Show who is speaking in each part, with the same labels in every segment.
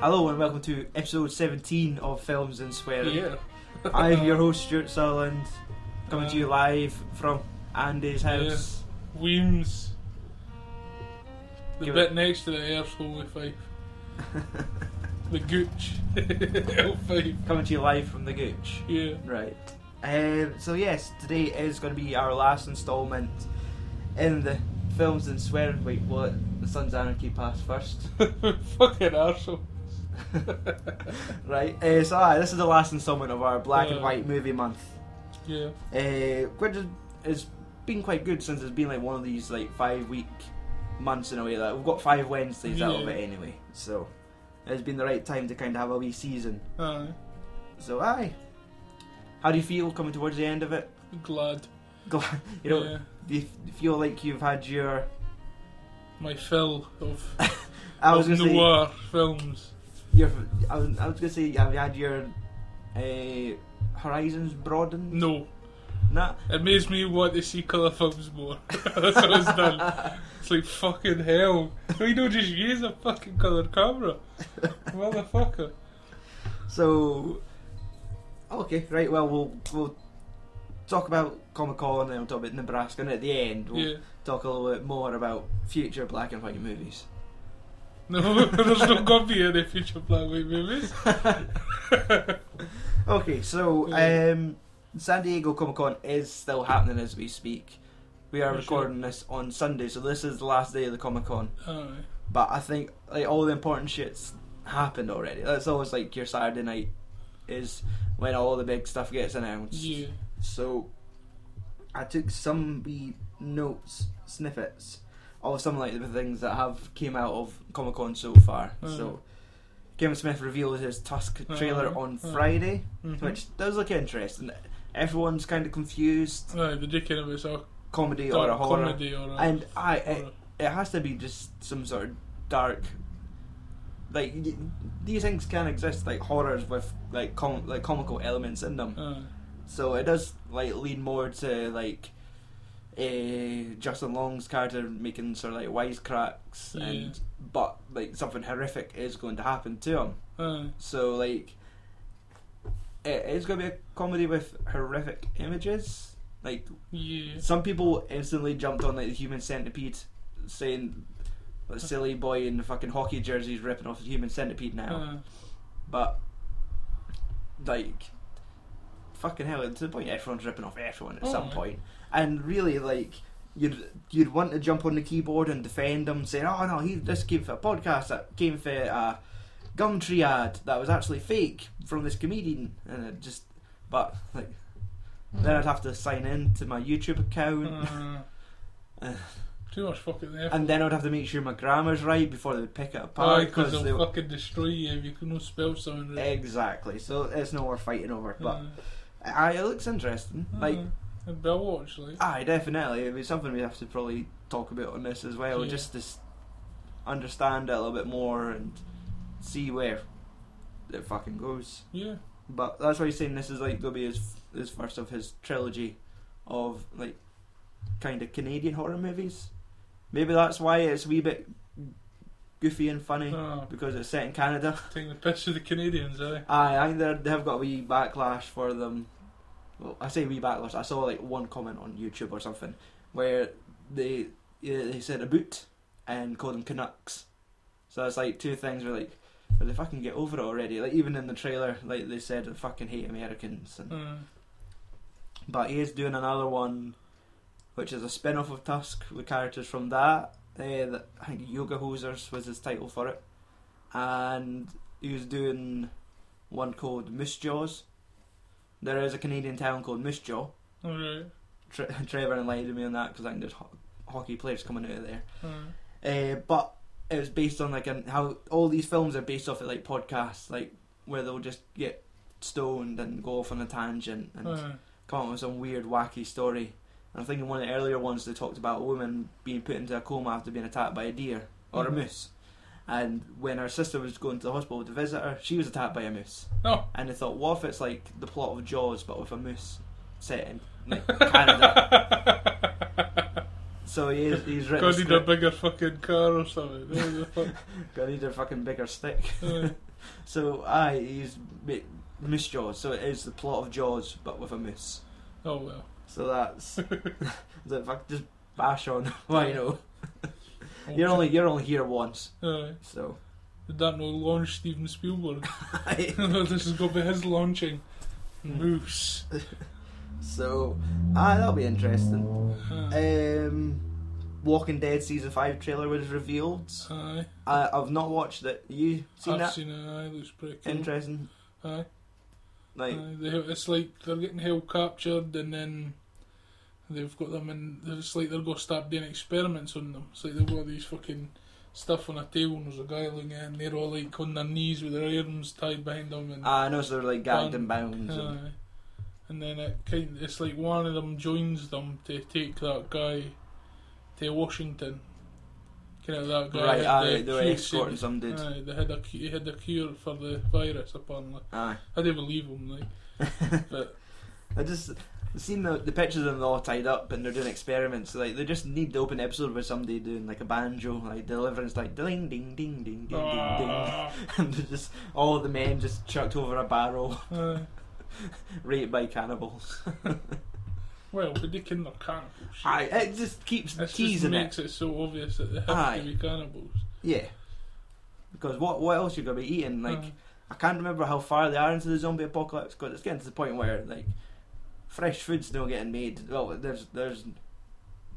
Speaker 1: Hello and welcome to episode 17 of Films and Swearing.
Speaker 2: Yeah.
Speaker 1: I'm your host Stuart Sutherland, coming to you
Speaker 2: Uh,
Speaker 1: live from Andy's house.
Speaker 2: Weems. The
Speaker 1: Give
Speaker 2: bit
Speaker 1: it-
Speaker 2: next to the air's only five. The gooch. Oh, L5.
Speaker 1: coming to you live from the Gooch.
Speaker 2: Yeah.
Speaker 1: Right. Um, so yes, today is going to be our last instalment in the Films and Swearing. Wait, what? The Sun's Anarchy passed first.
Speaker 2: Fucking arsehole.
Speaker 1: right. Uh, so aye, this is the last instalment of our black and
Speaker 2: Uh.
Speaker 1: white movie month.
Speaker 2: Yeah.
Speaker 1: Uh, which is, it's been quite good since it's been like one of these like five week months in a way that we've got five Wednesdays out of
Speaker 2: Yeah.
Speaker 1: it anyway. So it's been the right time to kind of have a wee season.
Speaker 2: Aye.
Speaker 1: So aye, how do you feel coming towards the end of it?
Speaker 2: Glad.
Speaker 1: Glad you know.
Speaker 2: Yeah.
Speaker 1: Do you f- feel like you've had your?
Speaker 2: My fill of,
Speaker 1: I was
Speaker 2: of
Speaker 1: gonna say
Speaker 2: noir films.
Speaker 1: your. I was, I was gonna say have you had your uh, horizons broadened?
Speaker 2: No.
Speaker 1: Nah.
Speaker 2: It makes me want to see colour films more. That's what it's done. It's like fucking hell. We don't just use a fucking coloured camera. Motherfucker.
Speaker 1: So, oh, okay, right. Well, we'll we'll talk about Comic Con and then we'll talk about Nebraska, and at the end we'll
Speaker 2: Yeah.
Speaker 1: talk a little bit more about future black and white movies.
Speaker 2: No, there's not gonna be any future black and white movies.
Speaker 1: Okay, so
Speaker 2: Yeah.
Speaker 1: um, San Diego Comic Con is still happening as we speak. We are
Speaker 2: Yeah, sure.
Speaker 1: recording this on Sunday, so this is the last day of the Comic Con.
Speaker 2: Aye.
Speaker 1: But I think like all the important shit's happened already. That's always like your Saturday night is when all the big stuff gets announced.
Speaker 2: Yeah.
Speaker 1: So I took some wee notes, snippets of some like the things that have came out of Comic Con so far.
Speaker 2: Mm.
Speaker 1: So Kevin Smith revealed his Tusk
Speaker 2: Mm,
Speaker 1: trailer on
Speaker 2: mm.
Speaker 1: Friday,
Speaker 2: Mhm.
Speaker 1: which does look interesting. Everyone's kind of confused,
Speaker 2: Aye, the dickhead of it's a
Speaker 1: comedy or a
Speaker 2: Mm. dark
Speaker 1: horror,
Speaker 2: comedy or a
Speaker 1: and I it,
Speaker 2: horror.
Speaker 1: it has to be just some sort of dark. Like y- these things can exist, like horrors with like com- like comical elements in them.
Speaker 2: Aye.
Speaker 1: So it does like lean more to like uh, Justin Long's character making sort of like wisecracks
Speaker 2: Yeah.
Speaker 1: and but like something horrific is going to happen to him.
Speaker 2: Aye.
Speaker 1: So like it is going to be a comedy with horrific images. Like
Speaker 2: Yeah.
Speaker 1: some people instantly jumped on like the human centipede, saying the silly boy in the fucking hockey jersey is ripping off the human centipede now
Speaker 2: Aye.
Speaker 1: but like fucking hell to the point everyone's ripping off everyone at some
Speaker 2: Oh.
Speaker 1: point and really like you'd you'd want to jump on the keyboard and defend them saying oh no he this came for a podcast that came for a gum triad that was actually fake from this comedian and it just but like then I'd have to sign in to my YouTube account
Speaker 2: Aye. Too much fucking effort.
Speaker 1: and then I'd have to make sure my grammar's right before they would pick it
Speaker 2: Aye,
Speaker 1: apart
Speaker 2: because
Speaker 1: because
Speaker 2: they'll
Speaker 1: they
Speaker 2: fucking destroy you if you can not spell something right.
Speaker 1: exactly so it's no worth fighting over but
Speaker 2: Aye.
Speaker 1: Aye, it looks interesting. Like, Ah.
Speaker 2: Aye. And Bill Watch, like.
Speaker 1: aye, definitely. It'd be something we have to probably talk about on this as well,
Speaker 2: Yeah.
Speaker 1: just to s- understand it a little bit more and see where it fucking goes.
Speaker 2: Yeah.
Speaker 1: But that's why he's saying this is like gonna be his his first of his trilogy of like kind of Canadian horror movies. Maybe that's why it's a wee bit goofy and funny
Speaker 2: Aye.
Speaker 1: because it's set in Canada.
Speaker 2: Ah, Taking the piss of the Canadians, aye.
Speaker 1: Aye, I think they're- they have got a wee backlash for them. Well, I say wee backlash. I saw like one comment on YouTube or something where they yeah, they said a boot and called them Canucks. So it's like two things where like, but they fucking get over it already. Like even in the trailer, like they said, they fucking hate Americans. And,
Speaker 2: Aye.
Speaker 1: but he is doing another one, which is a spin off of Tusk with characters from that. Eh, that I think Yoga Hosers was his title for it. And he was doing one called Moose Jaws. There is a Canadian town called Moose Jaw.
Speaker 2: Alright.
Speaker 1: Tre- Trevor enlightened me on that because I think there's ho- hockey players coming out of there.
Speaker 2: Aye.
Speaker 1: Uh, but it was based on like an, how all these films are based off of like podcasts, like where they'll just get stoned and go off on a tangent and
Speaker 2: Aye.
Speaker 1: come up with some weird, wacky story. And I think in one of the earlier ones, they talked about a woman being put into a coma after being attacked by a deer or
Speaker 2: Mhm.
Speaker 1: a moose. And when her sister was going to the hospital to visit her, she was attacked by a moose.
Speaker 2: No.
Speaker 1: And they thought, what if it's like the plot of Jaws, but with a moose set in like Canada? So he is, he's written.
Speaker 2: Gonna
Speaker 1: a
Speaker 2: need a
Speaker 1: script.
Speaker 2: bigger fucking car or something. What the fuck?
Speaker 1: Gonna need a fucking bigger stick.
Speaker 2: Aye.
Speaker 1: So aye, he's ma- Moose Jaws. So it is the plot of Jaws, but with a moose.
Speaker 2: Oh well.
Speaker 1: So that's the fuck. Just bash on. Why no? You're only you're only here once.
Speaker 2: Aye.
Speaker 1: So
Speaker 2: Did Uh, that no launch Steven Spielberg?
Speaker 1: aye.
Speaker 2: this is gonna be his launching. Moose.
Speaker 1: so aye, that'll be interesting.
Speaker 2: Aye.
Speaker 1: Um, Walking Dead season five trailer was revealed.
Speaker 2: Aye.
Speaker 1: I, I've not watched it. You seen
Speaker 2: I've
Speaker 1: that?
Speaker 2: seen it. Uh, Aye, looks pretty cool.
Speaker 1: Interesting.
Speaker 2: Aye.
Speaker 1: Like
Speaker 2: Aye, they, it's like they're getting held captured and then they've got them in. It's like they're going to start doing experiments on them. It's like they've got these fucking stuff on a table and there's a guy looking at it and they're all like on their knees with their arms tied behind them and.
Speaker 1: I know, so they're like gagged and bound. And,
Speaker 2: Aye. And then it kind it's like one of them joins them to take that guy to Washington. Kind of that guy.
Speaker 1: right,
Speaker 2: had
Speaker 1: aye,
Speaker 2: the
Speaker 1: they were
Speaker 2: cure-
Speaker 1: escorting some dude.
Speaker 2: Aye, they had a cu- he had a cure for the virus apparently.
Speaker 1: Aye.
Speaker 2: I didn't believe him like, but
Speaker 1: I just I've seen the, the pictures of them all tied up and they're doing experiments. Like they just need to open an episode with somebody doing like a banjo, like deliverance, like ding ding ding ding ding ding ding,
Speaker 2: Ah.
Speaker 1: and they're just all the men just chucked over a barrel,
Speaker 2: Aye.
Speaker 1: raped by cannibals.
Speaker 2: well, but they can they're cannibals. shit.
Speaker 1: Aye, it just keeps
Speaker 2: This just
Speaker 1: teasing
Speaker 2: makes
Speaker 1: it.
Speaker 2: it. so obvious that they have
Speaker 1: Aye.
Speaker 2: to be cannibals.
Speaker 1: Yeah, because what what else you gonna be eating? Like I can't remember how far they are into the zombie apocalypse because it's getting to the point where like fresh food's not getting made. Well, there's there's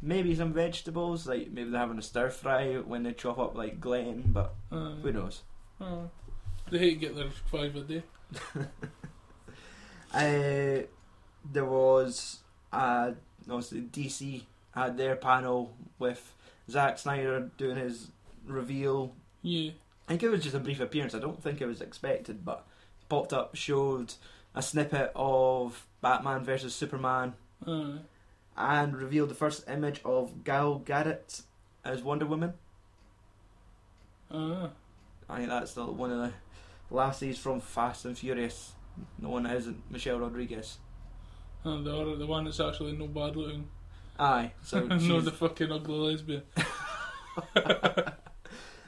Speaker 1: maybe some vegetables like maybe they're having a stir fry when they chop up like Glen, but
Speaker 2: Aye. Aye.
Speaker 1: who knows?
Speaker 2: Aye. They hate to get their five a day.
Speaker 1: Uh, there was uh obviously DC had their panel with Zack Snyder doing his reveal.
Speaker 2: Yeah.
Speaker 1: I think it was just a brief appearance. I don't think it was expected, but popped up showed a snippet of Batman versus Superman
Speaker 2: Aye.
Speaker 1: and revealed the first image of Gal Gadot as Wonder Woman.
Speaker 2: Aye.
Speaker 1: I think that's the, one of the lassies from Fast and Furious. The one that isn't Michelle Rodriguez.
Speaker 2: And the other, the one that's actually no bad looking.
Speaker 1: Aye, so
Speaker 2: no,
Speaker 1: she's,
Speaker 2: the fucking ugly lesbian.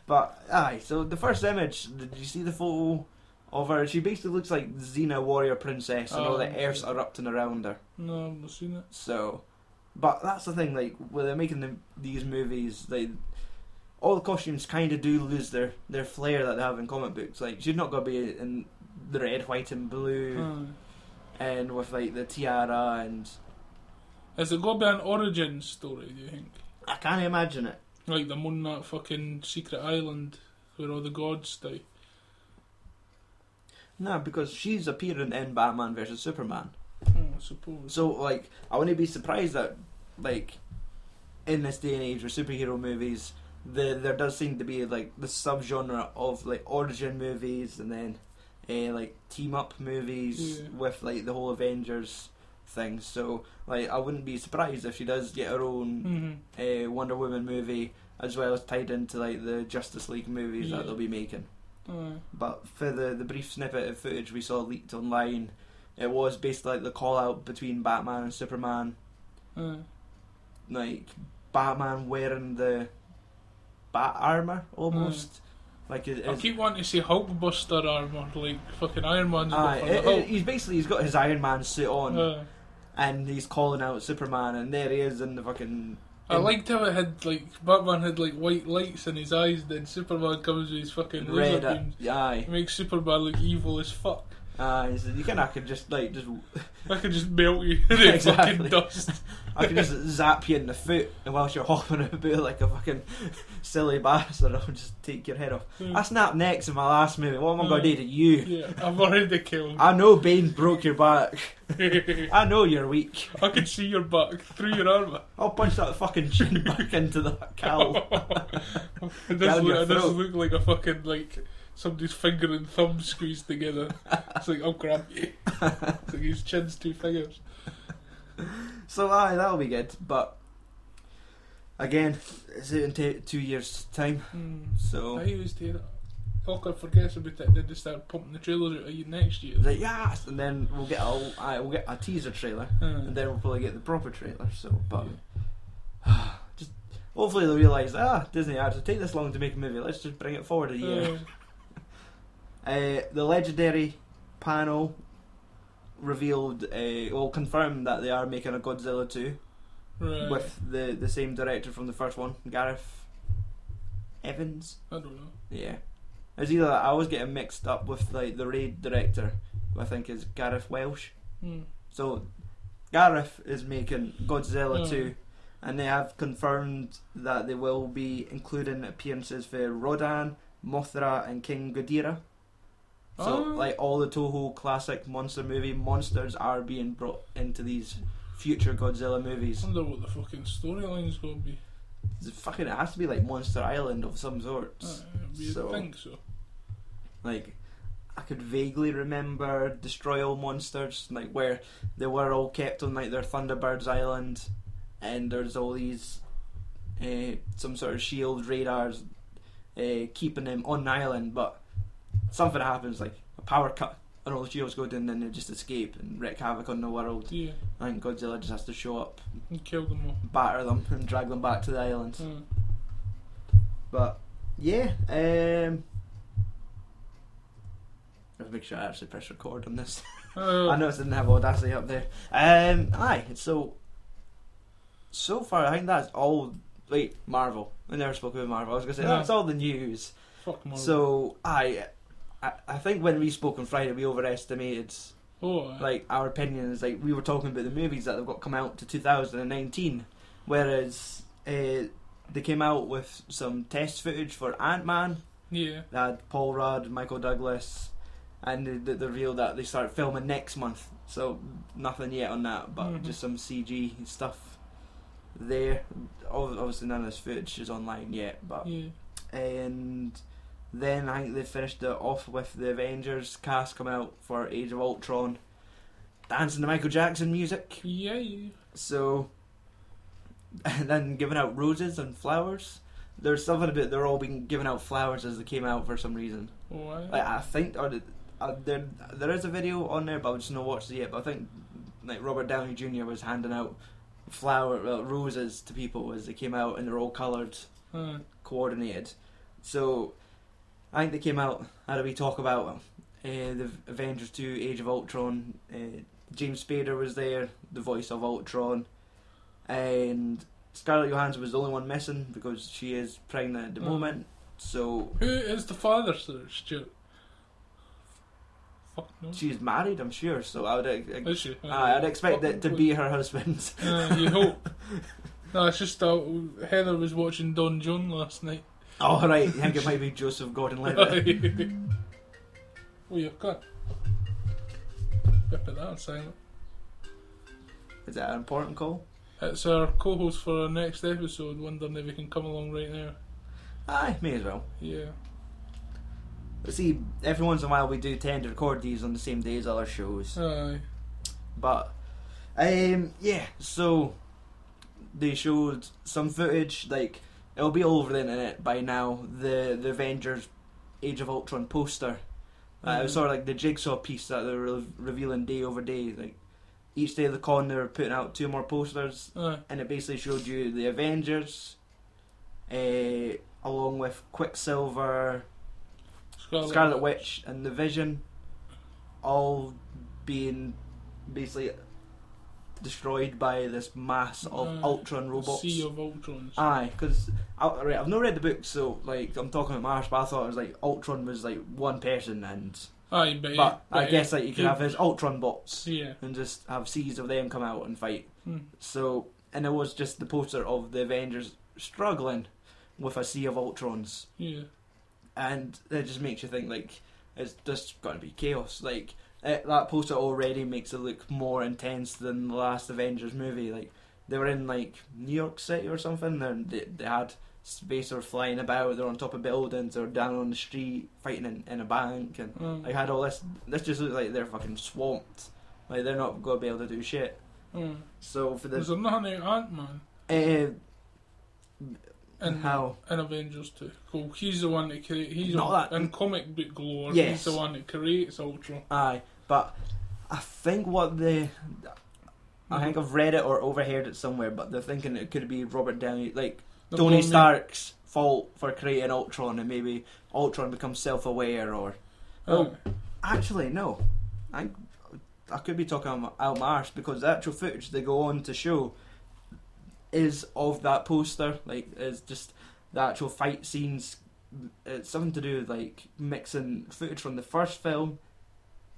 Speaker 1: but aye, so the first image. Did you see the photo of her? She basically looks like Xena Warrior Princess, and all the
Speaker 2: Oh.
Speaker 1: airs erupting around her.
Speaker 2: No, I've not seen it.
Speaker 1: So, but that's the thing. Like when they're making the, these movies, they all the costumes kind of do lose their their flair that they have in comic books. Like she's not gonna be in the red, white, and blue,
Speaker 2: Aye.
Speaker 1: and with like the tiara, and
Speaker 2: Is it going to be an origin story, do you think?
Speaker 1: I can't imagine it.
Speaker 2: Like them on that fucking secret island where all the gods die.
Speaker 1: No, because she's appearing in Batman versus Superman.
Speaker 2: Oh, I suppose.
Speaker 1: So like, I wouldn't be surprised that like in this day and age with superhero movies, there there does seem to be like the subgenre of like origin movies and then uh, like team up movies
Speaker 2: Yeah.
Speaker 1: with like the whole Avengers thing. So like, I wouldn't be surprised if she does get her own
Speaker 2: hmm
Speaker 1: uh, Wonder Woman movie as well as tied into like the Justice League movies
Speaker 2: Yeah.
Speaker 1: that they'll be making.
Speaker 2: Aye.
Speaker 1: But for the, the brief snippet of footage we saw leaked online, it was basically like the call out between Batman and Superman.
Speaker 2: Aye.
Speaker 1: Like Batman wearing the bat armor almost, like it,
Speaker 2: I
Speaker 1: it's-
Speaker 2: Hmm. keep wanting to see Hulkbuster armour, like fucking Iron Man's
Speaker 1: aye,
Speaker 2: got for the
Speaker 1: it-
Speaker 2: Hulk. Hmm.
Speaker 1: it- he's basically he's got his Iron Man suit on
Speaker 2: Aye.
Speaker 1: and he's calling out Superman and there he is in the fucking
Speaker 2: I
Speaker 1: in
Speaker 2: liked how it had like Batman had like white lights in his eyes. Then Superman comes with his fucking
Speaker 1: red. uh,
Speaker 2: laser beams.
Speaker 1: aye,
Speaker 2: It makes Superman look evil as fuck.
Speaker 1: aye. So you kind of could just like just
Speaker 2: I could just melt you in the
Speaker 1: Exactly.
Speaker 2: fucking dust.
Speaker 1: I could just zap you in the foot and whilst you're hopping about like a fucking silly bastard, I'll just take your head off. I snapped necks in my last movie. What am I
Speaker 2: Mm.
Speaker 1: going to do to you?
Speaker 2: Yeah, I've already killed.
Speaker 1: I know Bane broke your back.
Speaker 2: I
Speaker 1: I know you're weak.
Speaker 2: can see your back through your armour.
Speaker 1: I'll punch that fucking chin back into that cow.
Speaker 2: It does,
Speaker 1: Down your
Speaker 2: look, it does
Speaker 1: throat.
Speaker 2: look like a fucking like somebody's finger and thumb squeezed together. It's like I'll grab you. It's like his chin's two fingers.
Speaker 1: So aye, that'll be good. But again, it's out in t- two years' time.
Speaker 2: Hmm. I
Speaker 1: So
Speaker 2: used to hear that. Hawker forgets about it. Then they start pumping the trailers out of you next year.
Speaker 1: like yes, and then we'll get a aye, we'll get a teaser trailer,
Speaker 2: Aye.
Speaker 1: and then we'll probably get the proper trailer. So, but just Hopefully they'll realise, ah, Disney had to take this long to make a movie. Let's just bring it forward a year.
Speaker 2: Uh,
Speaker 1: Uh, the legendary panel revealed, uh, well, confirmed that they are making a Godzilla 2
Speaker 2: Uh, right.
Speaker 1: with the, the same director from the first one, Gareth Evans.
Speaker 2: I don't know.
Speaker 1: Yeah. It's either I always get him mixed up with like the raid director, who I think is Gareth Welsh.
Speaker 2: Hmm.
Speaker 1: So Gareth is making Godzilla
Speaker 2: Hmm.
Speaker 1: 2 and they have confirmed that they will be including appearances for Rodan, Mothra and King Ghidorah. So
Speaker 2: Ah.
Speaker 1: like all the Toho classic monster movie monsters are being brought into these future Godzilla movies.
Speaker 2: wonder what the fucking storyline's gonna be.
Speaker 1: It's fucking it has to be like Monster Island of some sort.
Speaker 2: Uh, you'd
Speaker 1: So-
Speaker 2: think so.
Speaker 1: Like I could vaguely remember Destroy All Monsters, like where they were all kept on like their Thunderbirds Island, and there's all these uh, some sort of shield radars uh, keeping them on the island, but something happens, like a power cut, and all the shields go down, and they just escape and wreak havoc on the world.
Speaker 2: Yeah,
Speaker 1: And Godzilla just has to show up,
Speaker 2: and kill them all.
Speaker 1: batter them, and drag them back to the island.
Speaker 2: Uh,
Speaker 1: But yeah, um, I'll make sure I actually press record on this.
Speaker 2: uh,
Speaker 1: I noticed I didn't have Audacity up there. Um, aye, so so far I think that's all. Wait, Marvel. I never spoke about Marvel. I was gonna say
Speaker 2: No.
Speaker 1: that's all the news.
Speaker 2: Fuck Marvel.
Speaker 1: So aye, I I think when we spoke on Friday we overestimated
Speaker 2: oh, aye.
Speaker 1: like our opinions. Like we were talking about the movies that have got come out to 2019, whereas uh, they came out with some test footage for Ant Man.
Speaker 2: yeah,
Speaker 1: They had Paul Rudd, Michael Douglas, and the, the, the reveal that they start filming next month. So nothing yet on that, but
Speaker 2: Mhm.
Speaker 1: just some CG stuff there. Ob- Obviously, none of this footage is online yet, but
Speaker 2: yeah.
Speaker 1: and then I think they finished it off with the Avengers cast come out for Age of Ultron, dancing to Michael Jackson music.
Speaker 2: Yeah, yeah.
Speaker 1: So, and then giving out roses and flowers. There's something about they're all being given out flowers as they came out for some reason.
Speaker 2: Oh, aye.
Speaker 1: Like I think, or did- uh, there there is a video on there, but I've just not watched it yet. But I think like Robert Downey Jr. was handing out flower well, roses to people as they came out, and they're all coloured
Speaker 2: Uh,
Speaker 1: coordinated. So I think they came out had a wee talk about uh, the Avengers Two: Age of Ultron. Uh, James Spader was there, the voice of Ultron, and Scarlett Johansson was the only one missing because she is pregnant at the
Speaker 2: Mm.
Speaker 1: moment. So
Speaker 2: who is the father, sir, Stuart? Fuck no.
Speaker 1: she's married, I'm sure. So I would, ex-
Speaker 2: Is she?
Speaker 1: aye, I'd expect it to
Speaker 2: Fucking
Speaker 1: be her husband.
Speaker 2: Uh, you hope. No, it's just uh, Heather was watching Don John last night.
Speaker 1: All right, I think it might be Joseph
Speaker 2: oh,
Speaker 1: Gordon-Levitt.
Speaker 2: you've got. Put that on silent.
Speaker 1: is that an important call?
Speaker 2: It's our co-host for our next episode. Wondering if he can come along right now.
Speaker 1: Aye, may as well.
Speaker 2: Yeah.
Speaker 1: See, every once in a while we do tend to record these on the same day as other shows.
Speaker 2: Aye.
Speaker 1: But, um, yeah, so they showed some footage, like, it'll be all over the internet by now, the, the Avengers Age of Ultron poster. Uh, it was
Speaker 2: Mhm.
Speaker 1: sort of like the jigsaw piece that they were re- revealing day over day. Like, each day of the con, they were putting out two more posters,
Speaker 2: Aye.
Speaker 1: and it basically showed you the Avengers, uh, along with Quicksilver,
Speaker 2: Scarlet,
Speaker 1: Scarlet Witch and the Vision all being basically destroyed by this mass of
Speaker 2: Uh,
Speaker 1: Ultron robots. Ah.
Speaker 2: Sea of Ultrons.
Speaker 1: Aye, because right, I've not read the book, so like I'm talking about Marsh, but I thought it was like Ultron was like one person, and
Speaker 2: Aye, but,
Speaker 1: but I
Speaker 2: but-
Speaker 1: guess like you could
Speaker 2: yeah.
Speaker 1: have his Ultron bots
Speaker 2: Yeah.
Speaker 1: and just have seas of them come out and fight.
Speaker 2: Hmm.
Speaker 1: So and it was just the poster of the Avengers struggling with a sea of Ultrons
Speaker 2: Yeah.
Speaker 1: and it just makes you think like it's just going to be chaos. Like it, that poster already makes it look more intense than the last Avengers movie. Like they were in like New York City or something, and they they had space or flying about. They're on top of buildings or down on the street fighting in, in a bank, and
Speaker 2: Aye.
Speaker 1: like had all this. This just looks like they're fucking swamped. Like they're not going to be able to do shit.
Speaker 2: Aye.
Speaker 1: So for
Speaker 2: There's
Speaker 1: the
Speaker 2: another Ant Man
Speaker 1: uh,
Speaker 2: in
Speaker 1: how
Speaker 2: in Avengers too. Cool. He's the one that creates. He's
Speaker 1: Not
Speaker 2: a-
Speaker 1: that-
Speaker 2: in comic book lore.
Speaker 1: Yes.
Speaker 2: He's the one that creates Ultron.
Speaker 1: aye, but I think what the I think I've read it or overheard it somewhere, but they're thinking it could be Robert Downey, like
Speaker 2: They're
Speaker 1: Tony
Speaker 2: blaming-
Speaker 1: Stark's fault for creating Ultron, and maybe Ultron becomes self-aware, or Oh.
Speaker 2: Aye.
Speaker 1: actually no, I I could be talking out- out my arse because the actual footage they go on to show is of that poster, like is just the actual fight scenes. It's something to do with like mixing footage from the first film,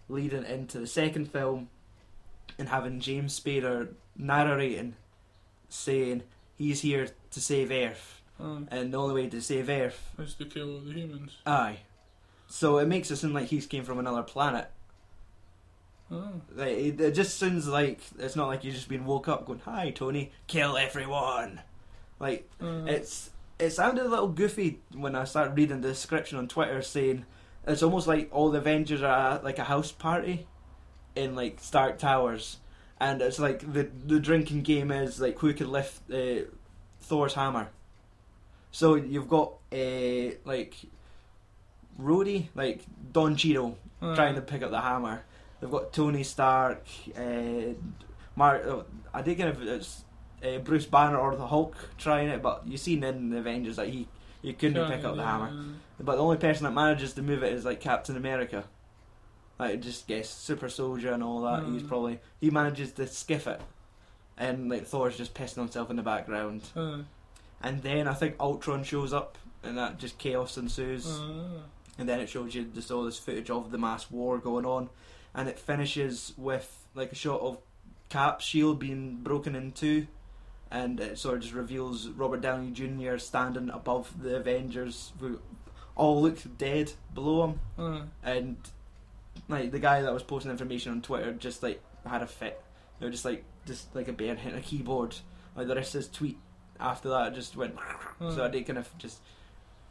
Speaker 1: leading into the second film, and having James Spader narrating, saying he's here to save Earth,
Speaker 2: Aye.
Speaker 1: and the only way to save Earth
Speaker 2: It's to kill all the humans.
Speaker 1: Aye. So it makes it seem like he's came from another planet.
Speaker 2: Aye.
Speaker 1: Like, it, it just sounds like it's not like you've just been woke up going, "Hi, Tony, kill everyone." Like
Speaker 2: Aye.
Speaker 1: it's it sounded a little goofy when I started reading the description on Twitter saying it's almost like all the Avengers are at, like a house party in like Stark Towers, and it's like the the drinking game is like who can lift uh, Thor's hammer. So you've got uh, like Rhodey, like Don Cheadle
Speaker 2: Aye.
Speaker 1: trying to pick up the hammer. They've got Tony Stark, uh, Mark. Oh, I think if it's uh, Bruce Banner or the Hulk trying it, but you've seen in the Avengers that he you couldn't
Speaker 2: Can't
Speaker 1: pick up
Speaker 2: do
Speaker 1: the
Speaker 2: that,
Speaker 1: hammer.
Speaker 2: aye.
Speaker 1: But the only person that manages to move it is like Captain America. Like just guess super soldier and all that. He's
Speaker 2: Mm.
Speaker 1: probably he manages to skiff it, and like Thor's just pissing himself in the background.
Speaker 2: Aye.
Speaker 1: And then I think Ultron shows up, and that just chaos ensues.
Speaker 2: Aye.
Speaker 1: and then it shows you just all this footage of the mass war going on, and it finishes with like a shot of Cap's shield being broken in two, and it sort of just reveals Robert Downey Jr. standing above the Avengers who all look dead below him,
Speaker 2: Aye.
Speaker 1: and like the guy that was posting information on Twitter just like had a fit, you know, just like just like a bear hitting a keyboard. Like the rest of his tweet after that just went
Speaker 2: uh. Mm.
Speaker 1: so I did kind of just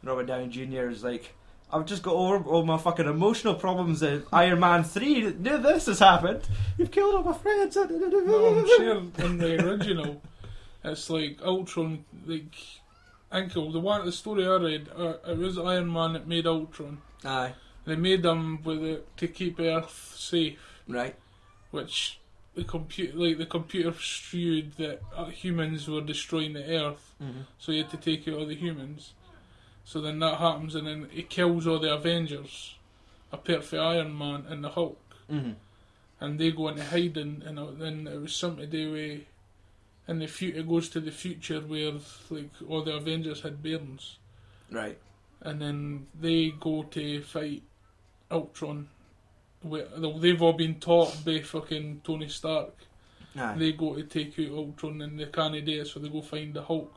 Speaker 1: Robert Downey Jr. is like, I've just got over all my fucking emotional problems in Iron Man three. Now this has happened. You've killed all my friends.
Speaker 2: No, I'm sure in the original, it's like Ultron. Like, I think the one the story I read, uh, it was Iron Man that made Ultron.
Speaker 1: Aye,
Speaker 2: They made him with it to keep Earth safe,
Speaker 1: right.
Speaker 2: which the computer, like the computer, strewed that uh, humans were destroying the Earth,
Speaker 1: Mm-hmm.
Speaker 2: so he had to take out all the humans. So then that happens, and then he kills all the Avengers, a perfect Iron Man and the Hulk.
Speaker 1: Mm-hmm.
Speaker 2: and they go into hiding, and it- then it was something to do with in the future it goes to the future where like all the Avengers had bairns,
Speaker 1: Right.
Speaker 2: and then they go to fight Ultron. Where though they've all been taught by fucking Tony Stark.
Speaker 1: Aye.
Speaker 2: They go to take out Ultron, and they can't do it, so they go find the Hulk,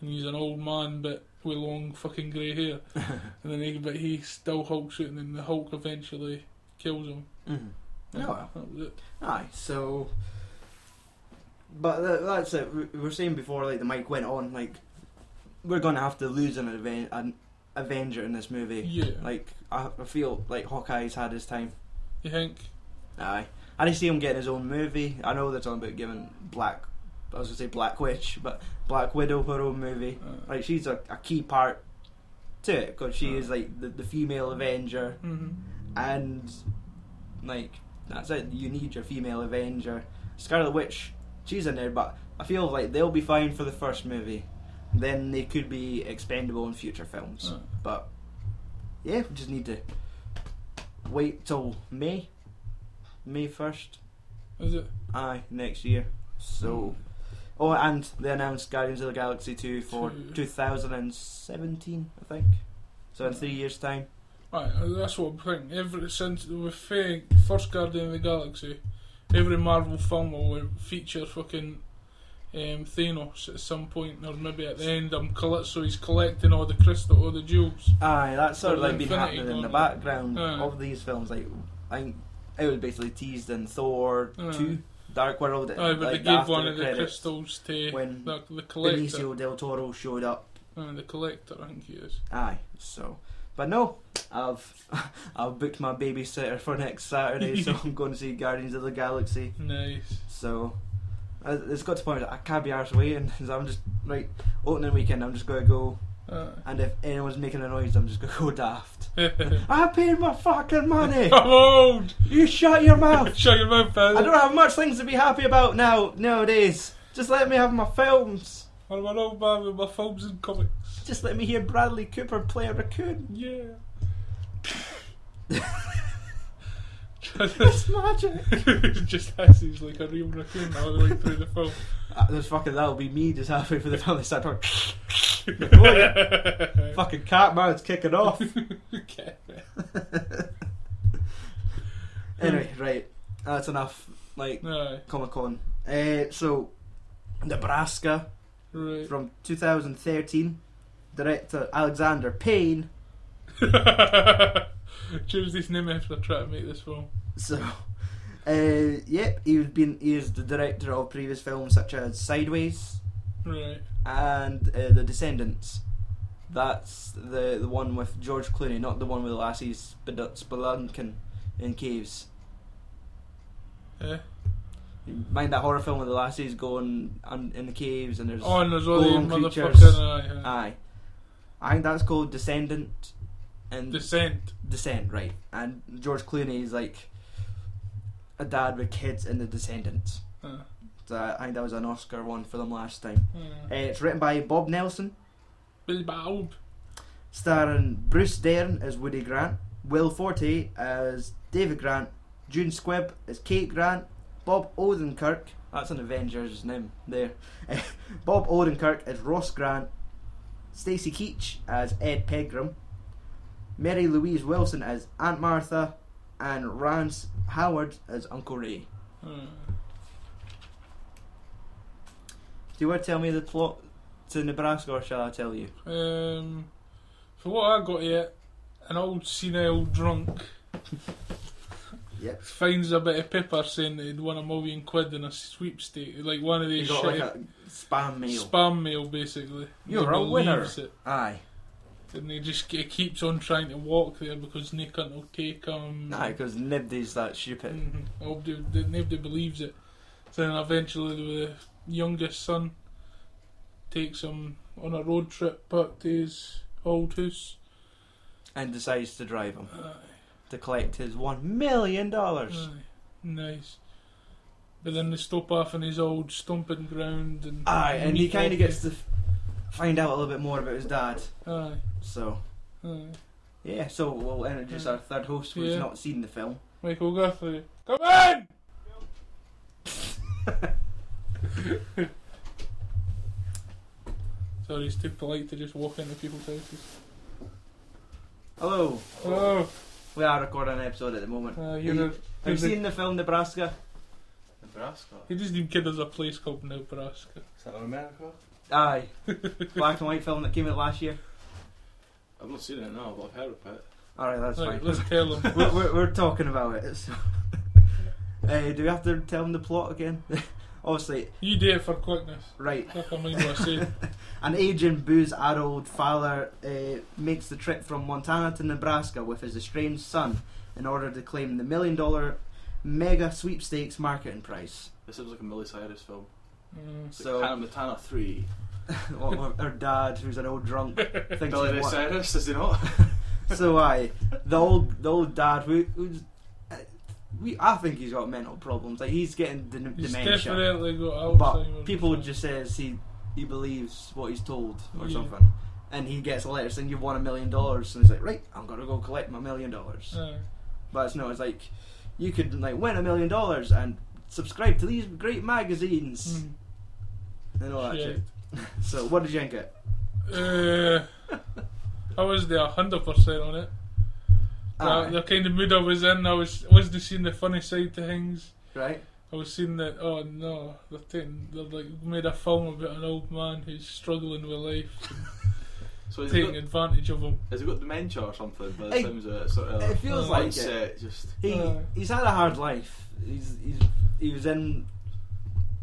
Speaker 2: and he's an old man but with long fucking grey hair, and then he but he still hulks out, and then the Hulk eventually kills him.
Speaker 1: mm-hmm.
Speaker 2: And
Speaker 1: Oh, well.
Speaker 2: that was it.
Speaker 1: Aye. So, but tha- that's it. We we were saying before, like the mic went on, like we're gonna have to lose an, aven- an Avenger in this movie.
Speaker 2: Yeah.
Speaker 1: Like I I feel like Hawkeye's had his time.
Speaker 2: You think?
Speaker 1: Aye. I didn't see him getting his own movie. I know they're talking about giving Black, I was going to say Black Witch, but Black Widow her own movie.
Speaker 2: Uh,
Speaker 1: Like, she's a, a key part to it because she
Speaker 2: Mm.
Speaker 1: is, like, the, the female Avenger,
Speaker 2: mm-hmm.
Speaker 1: and, like, that's it. You need your female Avenger. Scarlet Witch, she's in there, but I feel like they'll be fine for the first movie. Then they could be expendable in future films.
Speaker 2: Uh,
Speaker 1: But yeah, we just need to wait till May, May first,
Speaker 2: is it?
Speaker 1: aye, next year. So, oh, and they announced Guardians of the Galaxy two for
Speaker 2: Two.
Speaker 1: 2017, I think. So in three years' time,
Speaker 2: Right, uh, that's what I'm thinking. Every since we think first Guardian of the Galaxy, every Marvel film will feature fucking um, Thanos at some point, or maybe at the end. I'm collect, so he's collecting all the crystal, all the jewels.
Speaker 1: aye, that's sort of
Speaker 2: Well,
Speaker 1: like been
Speaker 2: Infinity
Speaker 1: happening in the
Speaker 2: Gauntlet.
Speaker 1: background
Speaker 2: Aye.
Speaker 1: of these films. Like, I think it was basically teased in Thor
Speaker 2: Aye.
Speaker 1: two, Dark World.
Speaker 2: Aye, but
Speaker 1: like
Speaker 2: they gave
Speaker 1: after
Speaker 2: one of the
Speaker 1: credits,
Speaker 2: crystals to
Speaker 1: when
Speaker 2: the, the collector.
Speaker 1: Benicio del Toro showed up
Speaker 2: Uh, the collector, I think he is.
Speaker 1: Aye, so. But no, I've I've booked my babysitter for next Saturday, so I'm going to see Guardians of the Galaxy.
Speaker 2: Nice.
Speaker 1: So I- it's got to the point that I can't be arsed waiting. So I'm just like opening weekend. I'm just going to go,
Speaker 2: Uh.
Speaker 1: and if anyone's making a noise, I'm just going to go daft. I paid my fucking money.
Speaker 2: I'm old.
Speaker 1: You shut your mouth.
Speaker 2: Shut your mouth,
Speaker 1: I don't have much things to be happy about now nowadays. Just let me have my films.
Speaker 2: I'm an old man with my films and comics.
Speaker 1: Just let me hear Bradley Cooper play a raccoon.
Speaker 2: Yeah.
Speaker 1: It's magic.
Speaker 2: just as he's like a real raccoon all the way through the film.
Speaker 1: Uh, there's fucking that'll be me just halfway through the film. They start talking. Napoleon. fucking cat mouth's kicking off.
Speaker 2: okay.
Speaker 1: anyway, right. That's enough. Like
Speaker 2: Aye.
Speaker 1: Comic Con. Uh, so, Nebraska.
Speaker 2: Right.
Speaker 1: from 2013, director Alexander Payne.
Speaker 2: Choose this name after I try to make this film.
Speaker 1: So, uh, yep, he's been he is the director of previous films such as Sideways
Speaker 2: Right.
Speaker 1: and uh, The Descendants. That's the the one with George Clooney, not the one with the lassies sped- spelunking in caves.
Speaker 2: Yeah.
Speaker 1: Mind that horror film with the lassies going un- in the caves and there's
Speaker 2: Oh, and there's all uh, the
Speaker 1: golem creatures.
Speaker 2: motherfucking aye, aye.
Speaker 1: aye. I think that's called Descendant. And
Speaker 2: descent.
Speaker 1: Descent, right? And George Clooney is like a dad with kids in The Descendants.
Speaker 2: Uh,
Speaker 1: So I think that was an Oscar one for them last time.
Speaker 2: uh.
Speaker 1: Uh, it's written by Bob Nelson,
Speaker 2: Bilbao.
Speaker 1: starring Bruce Dern as Woody Grant, Will Forte as David Grant, June Squibb as Kate Grant, Bob Odenkirk. That's an Avengers name there. Bob Odenkirk as Ross Grant, Stacey Keach as Ed Pegram, Mary Louise Wilson as Aunt Martha, and Rance Howard as Uncle Ray.
Speaker 2: Uh,
Speaker 1: Do you want to tell me the plot to Nebraska, or shall I tell you?
Speaker 2: Um, for what I got here, an old senile drunk
Speaker 1: Yep.
Speaker 2: finds a bit of paper saying that he'd won a million quid in a sweepstake, like one of
Speaker 1: You
Speaker 2: these
Speaker 1: got
Speaker 2: shit
Speaker 1: like a spam mail.
Speaker 2: spam mail, basically.
Speaker 1: You're
Speaker 2: He
Speaker 1: a winner.
Speaker 2: believes It,
Speaker 1: Aye.
Speaker 2: and he just he keeps on trying to walk there because no cunt will take him.
Speaker 1: Aye, because Nibdy's that stupid.
Speaker 2: Mhm. Nobody, nobody believes it. So then eventually the youngest son takes him on a road trip back to his old house.
Speaker 1: and decides to drive him
Speaker 2: Aye.
Speaker 1: to collect his one million dollars.
Speaker 2: Aye, nice. But then they stop off in his old stomping ground and
Speaker 1: Aye, and he
Speaker 2: meet
Speaker 1: kind of
Speaker 2: up
Speaker 1: gets to f- find out a little bit more about his dad.
Speaker 2: with- Aye,
Speaker 1: So
Speaker 2: aye.
Speaker 1: yeah, so we'll introduce our third host who's
Speaker 2: Yeah.
Speaker 1: not seen the film.
Speaker 2: Michael Guthrie, come in. Sorry, he's too polite to just walk into people's houses.
Speaker 1: Hello,
Speaker 2: Oh,
Speaker 1: we are recording an episode at the moment.
Speaker 2: uh,
Speaker 1: Have
Speaker 2: you're a,
Speaker 1: you- have you seen the film Nebraska?
Speaker 3: Nebraska?
Speaker 2: he doesn't even kid there's a place called Nebraska.
Speaker 3: Is that in America?
Speaker 1: Aye, black and white film that came out last year.
Speaker 3: I've not seen it now, but I've heard of it.
Speaker 1: All right, that's
Speaker 2: Right,
Speaker 1: fine.
Speaker 2: let's tell him.
Speaker 1: we're, we're, we're talking about it. So. Eh, do we have to tell him the plot again? Obviously,
Speaker 2: You do it for quickness.
Speaker 1: right.
Speaker 2: Fuck, I mean what I said.
Speaker 1: An aging, booze addled father uh, makes the trip from Montana to Nebraska with his estranged son in order to claim the million dollar mega sweepstakes marketing price.
Speaker 3: This seems like a Millie Cyrus film.
Speaker 2: Mm.
Speaker 3: It's
Speaker 1: So-
Speaker 3: like Hannah Montana 3.
Speaker 1: or, or her dad, who's an old drunk, thinks
Speaker 3: Billy Ray
Speaker 1: he's what?
Speaker 3: Cyrus, is he not?
Speaker 1: So I, the old, the old dad, who, who's, uh, we, I think he's got mental problems. Like he's getting de-
Speaker 2: He's
Speaker 1: dementia,
Speaker 2: definitely got Alzheimer's.
Speaker 1: but people just says he he believes what he's told or
Speaker 2: Yeah.
Speaker 1: something, and he gets a letter saying you've won a million dollars, and he's like, right, I'm gonna go collect my million dollars.
Speaker 2: Aye.
Speaker 1: But it's not. It's like you could like win a million dollars and subscribe to these great magazines
Speaker 2: Mm.
Speaker 1: and all that
Speaker 2: Shit.
Speaker 1: shit. So what did you think of it?
Speaker 2: Uh, I was there hundred percent on it.
Speaker 1: Aye,
Speaker 2: The, the kind of mood I was in, I was wasn't seeing the funny side to things.
Speaker 1: right.
Speaker 2: I was seeing that. Oh no, they're, taking, they're like made a film about an old man who's struggling with life,
Speaker 3: so has he,
Speaker 2: taking
Speaker 3: got,
Speaker 2: advantage of him.
Speaker 3: has he got dementia or something? But
Speaker 1: Hey,
Speaker 3: it sounds uh, sort of
Speaker 1: It feels
Speaker 2: uh,
Speaker 1: like it.
Speaker 3: mindset, just.
Speaker 1: He
Speaker 2: Aye.
Speaker 1: he's had a hard life. He's he's he was in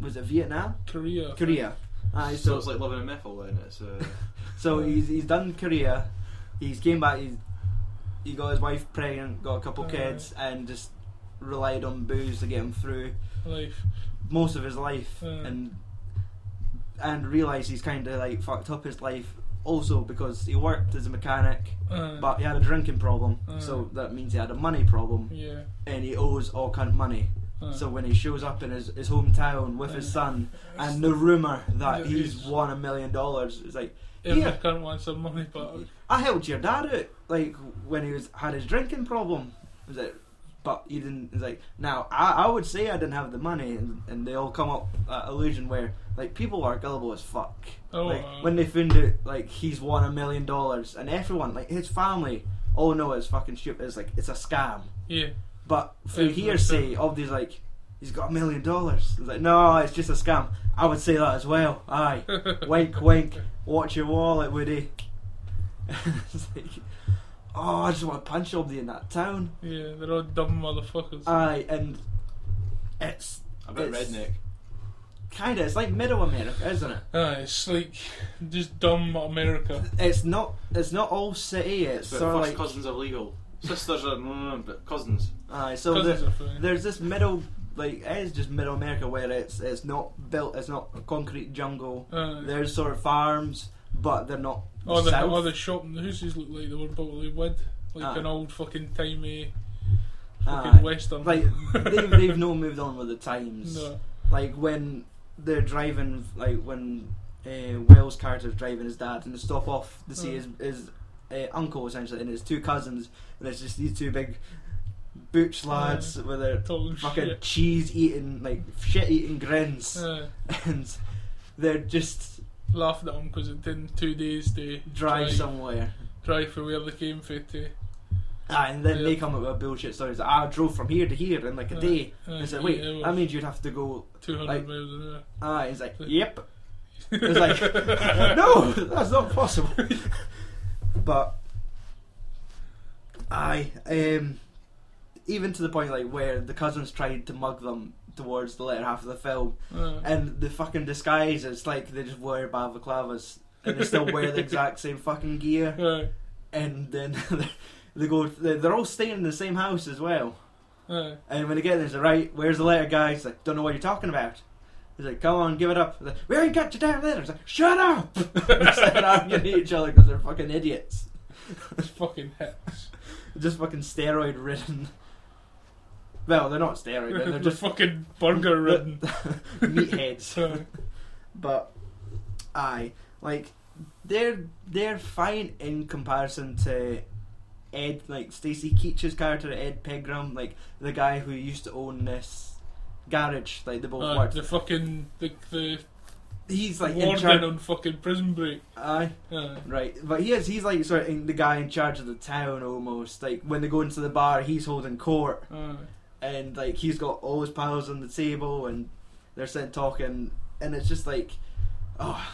Speaker 1: was it Vietnam,
Speaker 2: Korea.
Speaker 1: Korea. Ah, Aye,
Speaker 3: so,
Speaker 1: so
Speaker 3: it's like living in Methil then. It's, uh,
Speaker 1: so he's he's done Korea. He's came back. He's he got his wife pregnant, got a couple
Speaker 2: Aye.
Speaker 1: kids, and just relied on booze to get him through.
Speaker 2: Life.
Speaker 1: most of his life
Speaker 2: Yeah.
Speaker 1: and and realise he's kind of like fucked up his life also because he worked as a mechanic
Speaker 2: Uh,
Speaker 1: but he had a drinking problem
Speaker 2: Yeah.
Speaker 1: so that means he had a money problem
Speaker 2: yeah. Uh.
Speaker 1: and he owes all cunt money
Speaker 2: Aye.
Speaker 1: So when he shows up in his, his hometown with
Speaker 2: Uh.
Speaker 1: his son, and the rumor that
Speaker 2: Yeah,
Speaker 1: he's
Speaker 2: he's-
Speaker 1: won a million dollars is like,
Speaker 2: If
Speaker 1: Yeah.
Speaker 2: I can't want some money back.
Speaker 1: I helped your dad out, like when he was had his drinking problem. Was it? But he didn't. It's like now I, I would say I didn't have the money, and, and they all come up that illusion where like people are gullible as fuck.
Speaker 2: Oh,
Speaker 1: like
Speaker 2: uh,
Speaker 1: when they found out like he's won a million dollars, and everyone like his family all know it's fucking stupid. It's like it's a scam.
Speaker 2: yeah.
Speaker 1: But through
Speaker 2: Yeah,
Speaker 1: hearsay, obviously, like he's got a million dollars. It's like no, it's just a scam. I would say that as well. Aye, wink, wink. Watch your wallet, Woody. it's like, oh, I just want to punch somebody in that town.
Speaker 2: Yeah, they're all dumb motherfuckers.
Speaker 1: Aye, and it's
Speaker 3: I bet
Speaker 1: It's-
Speaker 3: redneck.
Speaker 1: kind of it's like middle America, isn't it?
Speaker 2: Aye, it's like just dumb America.
Speaker 1: It's not. It's not all city. It's
Speaker 3: But first
Speaker 1: sort of like
Speaker 3: cousins are legal. Sisters are mm, but cousins.
Speaker 1: aye. So
Speaker 2: Cousins
Speaker 1: the,
Speaker 2: are funny.
Speaker 1: there's this middle. Like it is just middle America where it's it's not built it's not a concrete jungle.
Speaker 2: Aye.
Speaker 1: They're sort of farms, but they're not.
Speaker 2: Uh, All the,
Speaker 1: south. Ah.
Speaker 2: all the shopping houses look like they were built with wood, like
Speaker 1: Aye.
Speaker 2: an old fucking timey fucking
Speaker 1: Aye.
Speaker 2: western.
Speaker 1: like Ah, they've, they've not moved on with the times.
Speaker 2: no.
Speaker 1: Like when they're driving, like when uh, Will's character's driving his dad, and they stop off to see
Speaker 2: Hmm.
Speaker 1: his his uh, uncle essentially and his two cousins, and it's just these two big booch lads with their
Speaker 2: Talking
Speaker 1: fucking
Speaker 2: shit.
Speaker 1: cheese eating, like shit eating grins,
Speaker 2: Aye.
Speaker 1: and they're just
Speaker 2: Eh, laughed at them because it took two days to
Speaker 1: drive
Speaker 2: drive,
Speaker 1: somewhere.
Speaker 2: drive from where they came from to.
Speaker 1: Ah, and then
Speaker 2: Yeah.
Speaker 1: they come up with bullshit stories. Like, I drove from here to here in like a
Speaker 2: Uh,
Speaker 1: day.
Speaker 2: uh,
Speaker 1: And it's
Speaker 2: eight
Speaker 1: like, wait,
Speaker 2: hours.
Speaker 1: that means you'd have to go
Speaker 2: 200
Speaker 1: like-
Speaker 2: miles an hour.
Speaker 1: Ah, he's like, yep. It's like, no, that's not possible. but, I um, even to the point like where the cousins tried to mug them towards the latter half of the film,
Speaker 2: Aye.
Speaker 1: and the fucking disguise it's like they just wear balaclavas and they still wear the exact same fucking gear,
Speaker 2: Aye.
Speaker 1: and then they go, they're they're all staying in the same house as well.
Speaker 2: Aye.
Speaker 1: And when they get there, he's like, right, where's the letter, guys? He's like, don't know what you're talking about. He's like, come on, give it up. He's like, we ain't got your damn letter. He's like, shut up! they start arguing at each other because they're fucking idiots.
Speaker 2: It's fucking hits.
Speaker 1: Just fucking steroid ridden. Well, they're not steroid ridden,
Speaker 2: They're
Speaker 1: they're just
Speaker 2: fucking burger ridden.
Speaker 1: meatheads.
Speaker 2: Aye.
Speaker 1: but, aye, like, they're they're fine in comparison to Ed, like Stacey Keach's character, Ed Pegram, like the guy who used to own this garage, like they both
Speaker 2: Aye,
Speaker 1: worked
Speaker 2: Eh, the fucking the, Uh, the
Speaker 1: he's like in
Speaker 2: warden
Speaker 1: charge.
Speaker 2: on fucking prison break.
Speaker 1: Aye,
Speaker 2: Aye.
Speaker 1: right. But he is. He's like sort of in- the guy in charge of the town almost. Like when they go into the bar, he's holding court,
Speaker 2: Aye.
Speaker 1: and like he's got all his pals on the table, and they're sitting talking, and it's just like, oh,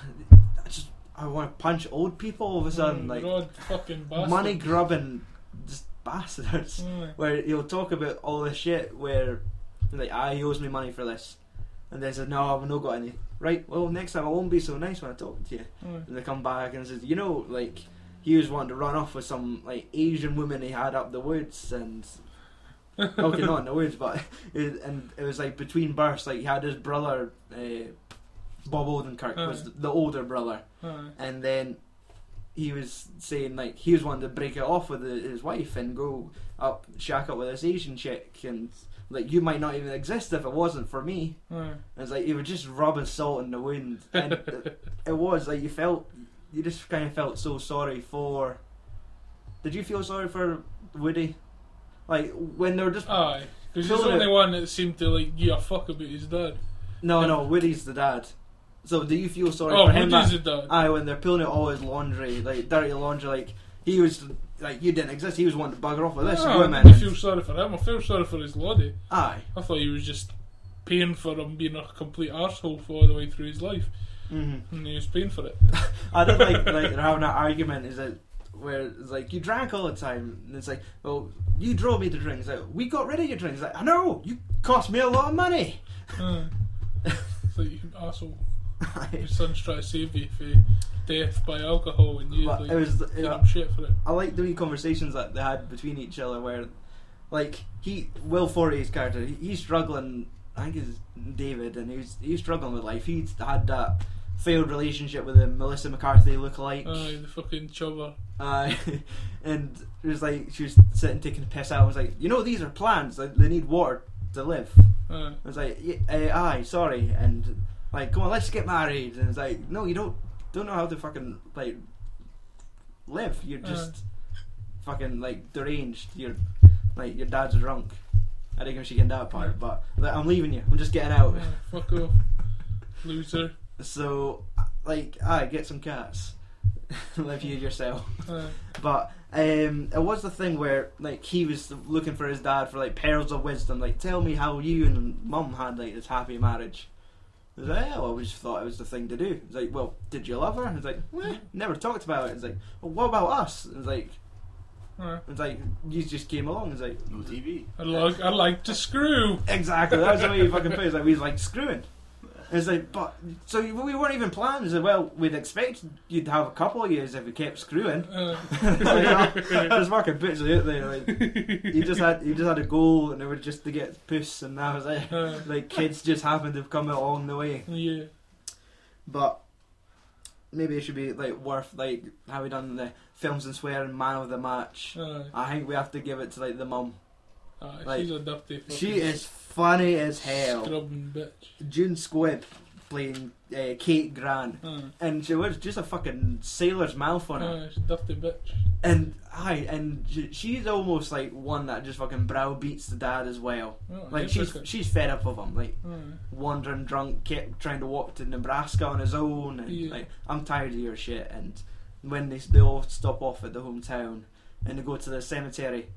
Speaker 1: I just I want to punch old people all of a sudden,
Speaker 2: Mm,
Speaker 1: like
Speaker 2: they're all fucking bastards.
Speaker 1: money grubbing, just bastards.
Speaker 2: Aye.
Speaker 1: where he'll talk about all this shit where like ah he owes me money for this and then says no I've not got any right well next time I won't be so nice when I talk to you
Speaker 2: Aye.
Speaker 1: and they come back and says you know like he was wanting to run off with some like Asian woman he had up the woods and okay not in the woods but it, and it was like between births like he had his brother uh, Bob Odenkirk was
Speaker 2: Aye.
Speaker 1: the older brother
Speaker 2: Aye.
Speaker 1: and then he was saying like he was wanting to break it off with his wife and go up shack up with this Asian chick and like you might not even exist if it wasn't for me.
Speaker 2: Aye.
Speaker 1: And it's like he was just rubbing salt in the wound, and it, it was like you felt you just kind of felt so sorry for. Did you feel sorry for Woody? Like when they were just
Speaker 2: Aye. Because he's the
Speaker 1: Pulling
Speaker 2: only
Speaker 1: it-
Speaker 2: one that seemed to like give a fuck about his dad.
Speaker 1: no no Woody's the dad. So do you feel sorry
Speaker 2: oh,
Speaker 1: for him?
Speaker 2: Woody's
Speaker 1: that- Ah,
Speaker 2: a dad.
Speaker 1: Aye, when they're pulling out all his laundry, like dirty laundry, like he was like you didn't exist. He was wanting to bugger off with this
Speaker 2: Ah,
Speaker 1: woman.
Speaker 2: I feel sorry for him. I feel sorry for his loddy.
Speaker 1: Aye,
Speaker 2: I thought he was just paying for him being a complete arsehole for all the way through his life,
Speaker 1: hmm
Speaker 2: and he was paying for it.
Speaker 1: I don't like like they're having that argument. Is it where it's like you drank all the time, and it's like, well, you drove me to drink. It's like we got rid of your drinks. It's like I know you cost me a lot of money.
Speaker 2: Aye. it's like you asshole.
Speaker 1: Aye.
Speaker 2: Your son's trying to save you for death by alcohol, and you
Speaker 1: But
Speaker 2: like
Speaker 1: it was
Speaker 2: give
Speaker 1: it,
Speaker 2: him shit for it.
Speaker 1: I like the wee conversations that they had between each other where, like, he Will Fortey's character, he, he's struggling. I think it's David, and he's he's struggling with life. He's had that failed relationship with a Melissa McCarthy lookalike.
Speaker 2: Aye, the fucking chubber.
Speaker 1: Uh, and it was like she was sitting taking a piss out. I was like, you know, these are plants. Like, they need water to live.
Speaker 2: Aye.
Speaker 1: I was like, yeah, uh, aye, sorry, and like, come on, let's get married. And it's like, no, you don't don't know how to fucking like live. You're
Speaker 2: Aye.
Speaker 1: just fucking like deranged. You're like your dad's drunk. I didn't give a shit in that part, but like, I'm leaving you. I'm just getting out.
Speaker 2: Aye, Oh, fuck off, loser.
Speaker 1: So, like, aye, get some cats. live you yourself.
Speaker 2: Aye.
Speaker 1: But um, it was the thing where like he was looking for his dad for like pearls of wisdom, like tell me how you and mum had like this happy marriage. I was like, oh, I always thought it was the thing to do. It's like, well, did you love her? And it's like, "Meh, never talked about it. It's like, well, what about us? And it's like,
Speaker 2: Aye.
Speaker 1: it's like you just came along. It's like,
Speaker 3: No TV.
Speaker 2: I like I like to screw.
Speaker 1: exactly. That was the way you fucking put it. It's like we was like screwing. And it's like, but so we weren't even planning. It's like, well, we'd expect you'd have a couple of years if we kept screwing.
Speaker 2: Aye.
Speaker 1: There's fucking bitches out there. Like, you just had you just had a goal, and they were just to get puss, and that was it.
Speaker 2: Aye.
Speaker 1: Like kids just happened to have come along the way.
Speaker 2: yeah.
Speaker 1: But maybe it should be like worth like how we done the films and swearing man of the match.
Speaker 2: Aye.
Speaker 1: I think we have to give it to like the mum.
Speaker 2: Aye,
Speaker 1: Like,
Speaker 2: she's a dirty fucking
Speaker 1: She is funny as hell.
Speaker 2: Scrubbing bitch.
Speaker 1: June Squibb playing uh, Kate Grant.
Speaker 2: Aye.
Speaker 1: And she wears just a fucking sailor's mouth on her,
Speaker 2: Aye, she's a dirty bitch.
Speaker 1: and aye, and she- she's almost like one that just fucking browbeats the dad as well.
Speaker 2: Oh,
Speaker 1: Like she's
Speaker 2: hypocrite.
Speaker 1: she's fed up of him. Like
Speaker 2: Aye.
Speaker 1: wandering drunk, kept trying to walk to Nebraska on his own, and
Speaker 2: Yeah.
Speaker 1: like I'm tired of your shit. And when they they all stop off at the hometown and they go to the cemetery,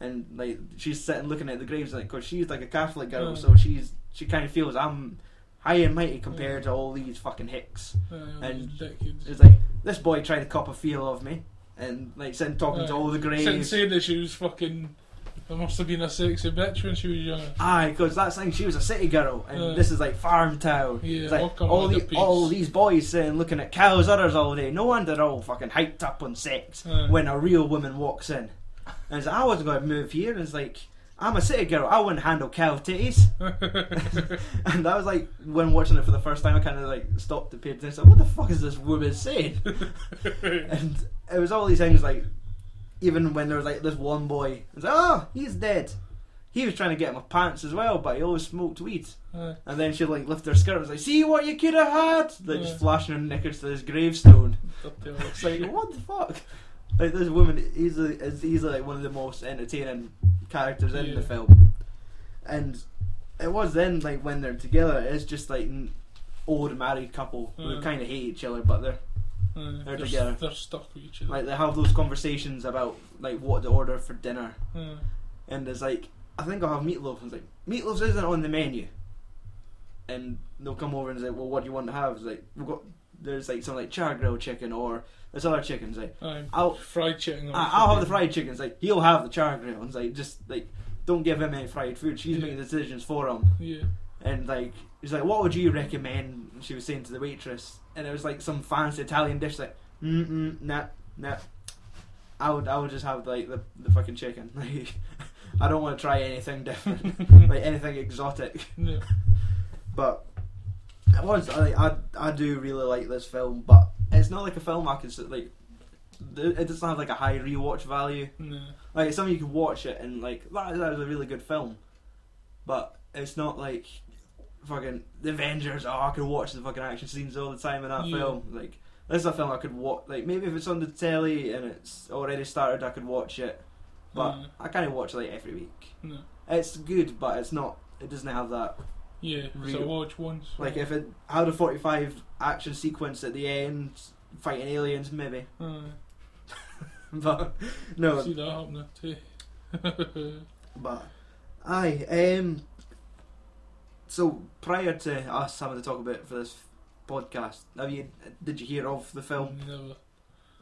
Speaker 1: and like she's sitting looking at the graves, like because she's like a Catholic girl,
Speaker 2: Mm.
Speaker 1: so she's she kind of feels I'm high and mighty compared to all these fucking hicks.
Speaker 2: Aye, all
Speaker 1: And
Speaker 2: these dickheads.
Speaker 1: It's like this boy tried to cop a feel of me, and like sitting talking to
Speaker 2: Aye.
Speaker 1: all the
Speaker 2: Since
Speaker 1: graves.
Speaker 2: saying that she was fucking. There must have been a sexy bitch when she was younger.
Speaker 1: Aye, because that's like she was a city girl, and
Speaker 2: Yeah.
Speaker 1: this is like farm town.
Speaker 2: Yeah,
Speaker 1: It's like
Speaker 2: all come
Speaker 1: all,
Speaker 2: with
Speaker 1: the,
Speaker 2: the peas.
Speaker 1: all these boys sitting looking at cows' udders all day. No wonder they're all fucking hyped up on sex
Speaker 2: Aye.
Speaker 1: when a real woman walks in. And it's like, I wasn't going to move here. And it's like, I'm a city girl. I wouldn't handle cow titties. and that was like, when watching it for the first time, I kind of like stopped to pay attention. Like, what the fuck is this woman saying? and it was all these things like, even when there was like this one boy, it's like, oh, he's dead. He was trying to get in my pants as well, but he always smoked weed.
Speaker 2: Aye.
Speaker 1: And then she like lift her skirt and was like, "See what you could have had!" Like
Speaker 2: Yeah.
Speaker 1: just flashing her knickers to this gravestone.
Speaker 2: Dirty old
Speaker 1: It's like,
Speaker 2: shit.
Speaker 1: what the fuck? Like this woman easily is easily like one of the most entertaining characters in
Speaker 2: Yeah.
Speaker 1: the film. And it was then like when they're together, it's just like an old married couple
Speaker 2: Yeah.
Speaker 1: who kind of hate each other, but they're
Speaker 2: Aye,
Speaker 1: They're
Speaker 2: they're,
Speaker 1: together.
Speaker 2: they're stuck with each other.
Speaker 1: like they have those conversations about like what to order for dinner,
Speaker 2: Aye.
Speaker 1: and it's like, "I think I'll have meatloaf." And it's like, "Meatloaf isn't on the menu." and they'll come over and say, "Well, what do you want to have?" It's like we've got there's like some like char grilled chicken or this other chicken. It's like
Speaker 2: Aye.
Speaker 1: I'll
Speaker 2: Fried chicken.
Speaker 1: I- I'll have the fried chicken. It's like he'll have the char grilled. It's like just like don't give him any fried food. She's
Speaker 2: Yeah.
Speaker 1: making decisions for him.
Speaker 2: Yeah.
Speaker 1: And like he's like, "What would you recommend?" She was saying to the waitress, and it was like some fancy Italian dish. Like, mm mm, nah, nah. I would I would just have like the the fucking chicken. Like I don't want to try anything different, like anything exotic.
Speaker 2: No.
Speaker 1: But it was I, I I do really like this film, but it's not like a film I can sit like. th- It doesn't have like a high rewatch value.
Speaker 2: No.
Speaker 1: Like it's something you can watch it and like that, that was a really good film, but it's not like fucking The Avengers. Oh, I could watch the fucking action scenes all the time in that
Speaker 2: Yeah.
Speaker 1: film. Like this is a film I could watch. Like maybe if it's on the telly and it's already started, I could watch it. But
Speaker 2: Mm.
Speaker 1: I kind of watch like every week.
Speaker 2: No.
Speaker 1: It's good, but it's not. It doesn't have that
Speaker 2: Yeah. So
Speaker 1: Real.
Speaker 2: watch once.
Speaker 1: like if it had a forty five action sequence at the end fighting aliens maybe.
Speaker 2: Aye.
Speaker 1: But no
Speaker 2: See that happening too.
Speaker 1: but aye, um so prior to us having to talk about it for this podcast, have you did you hear of the film?
Speaker 2: Never.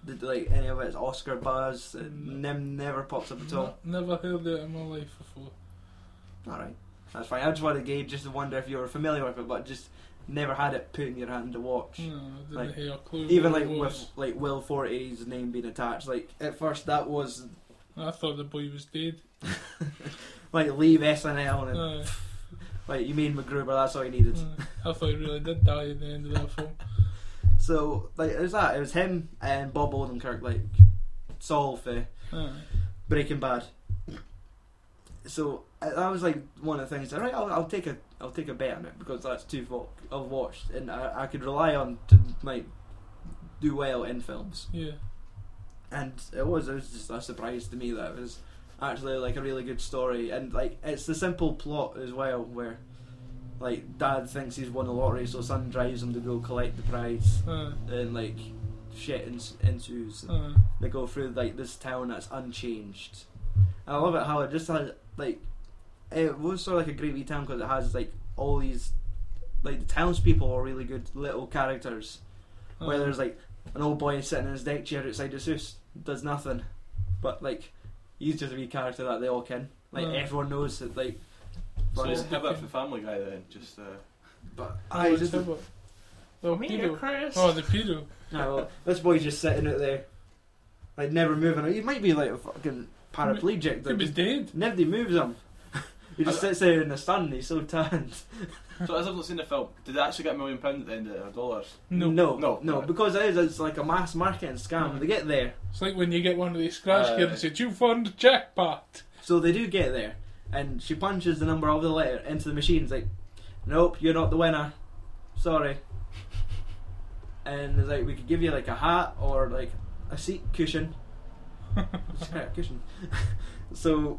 Speaker 1: Did like any of its Oscar buzz? It
Speaker 2: No.
Speaker 1: nem- never pops up at all.
Speaker 2: Ne- Never heard it in my life before.
Speaker 1: Alright. That's fine. I just wanted to gauge just to wonder if you were familiar with it but just never had it put in your hand to watch.
Speaker 2: No, I didn't
Speaker 1: Like,
Speaker 2: hear a clue.
Speaker 1: Even
Speaker 2: what
Speaker 1: like
Speaker 2: it
Speaker 1: with
Speaker 2: was.
Speaker 1: like Will Forte's name being attached, like at first that was
Speaker 2: I thought the boy was dead.
Speaker 1: like leave SNL and
Speaker 2: Aye.
Speaker 1: like you mean MacGruber, that's all he needed.
Speaker 2: Aye. I thought he really did die at the end of that film.
Speaker 1: So like it was that. It was him and Bob Odenkirk, like Saul for
Speaker 2: Aye.
Speaker 1: Breaking Bad. so uh, that was like one of the things. Right, I'll, I'll take a I'll take a bet on it because that's two what I've watched and I, I could rely on to like do well in films.
Speaker 2: Yeah.
Speaker 1: And it was it was just a surprise to me that it was actually like a really good story and like it's the simple plot as well where like dad thinks he's won the lottery so son drives him to go collect the prize
Speaker 2: Uh,
Speaker 1: and like shit ens- ensues.
Speaker 2: uh,
Speaker 1: They go through like this town that's unchanged. And I love it how it just has like it was sort of like a great wee town because it has like all these like the townspeople are really good little characters. Where
Speaker 2: uh,
Speaker 1: there's like an old boy sitting in his deck chair outside his house, does nothing, but like he's just a wee character that they all ken. Like
Speaker 2: Uh.
Speaker 1: everyone knows that like.
Speaker 3: So
Speaker 1: But,
Speaker 3: we'll
Speaker 2: it's-
Speaker 3: have that for Family Guy then. Just uh,
Speaker 1: but
Speaker 2: oh,
Speaker 1: I
Speaker 2: let's
Speaker 1: just
Speaker 2: have a- Oh, pedo.
Speaker 3: Chris.
Speaker 2: Oh, the pedo.
Speaker 1: No, well, this boy's just sitting out there, like never moving. He might be like a fucking paraplegic.
Speaker 2: He
Speaker 1: that
Speaker 2: was
Speaker 1: just
Speaker 2: dead.
Speaker 1: nobody moves him. he just sits there in the sun. He's so tanned.
Speaker 3: So as I've not seen the film, did they actually get a million pound at the end of it, or dollars?
Speaker 2: No.
Speaker 1: no,
Speaker 3: No.
Speaker 1: because it is. It's like a mass marketing scam.
Speaker 2: Mm.
Speaker 1: They get there,
Speaker 2: It's like when you get one of these scratch
Speaker 3: Uh,
Speaker 2: cards and said, You found the jackpot.
Speaker 1: so they do get there, and she punches the number of the letter into the machine. It's like, nope, you're not the winner. Sorry. And it's like we could give you like a hat or like a seat cushion. Yeah, cushion. so,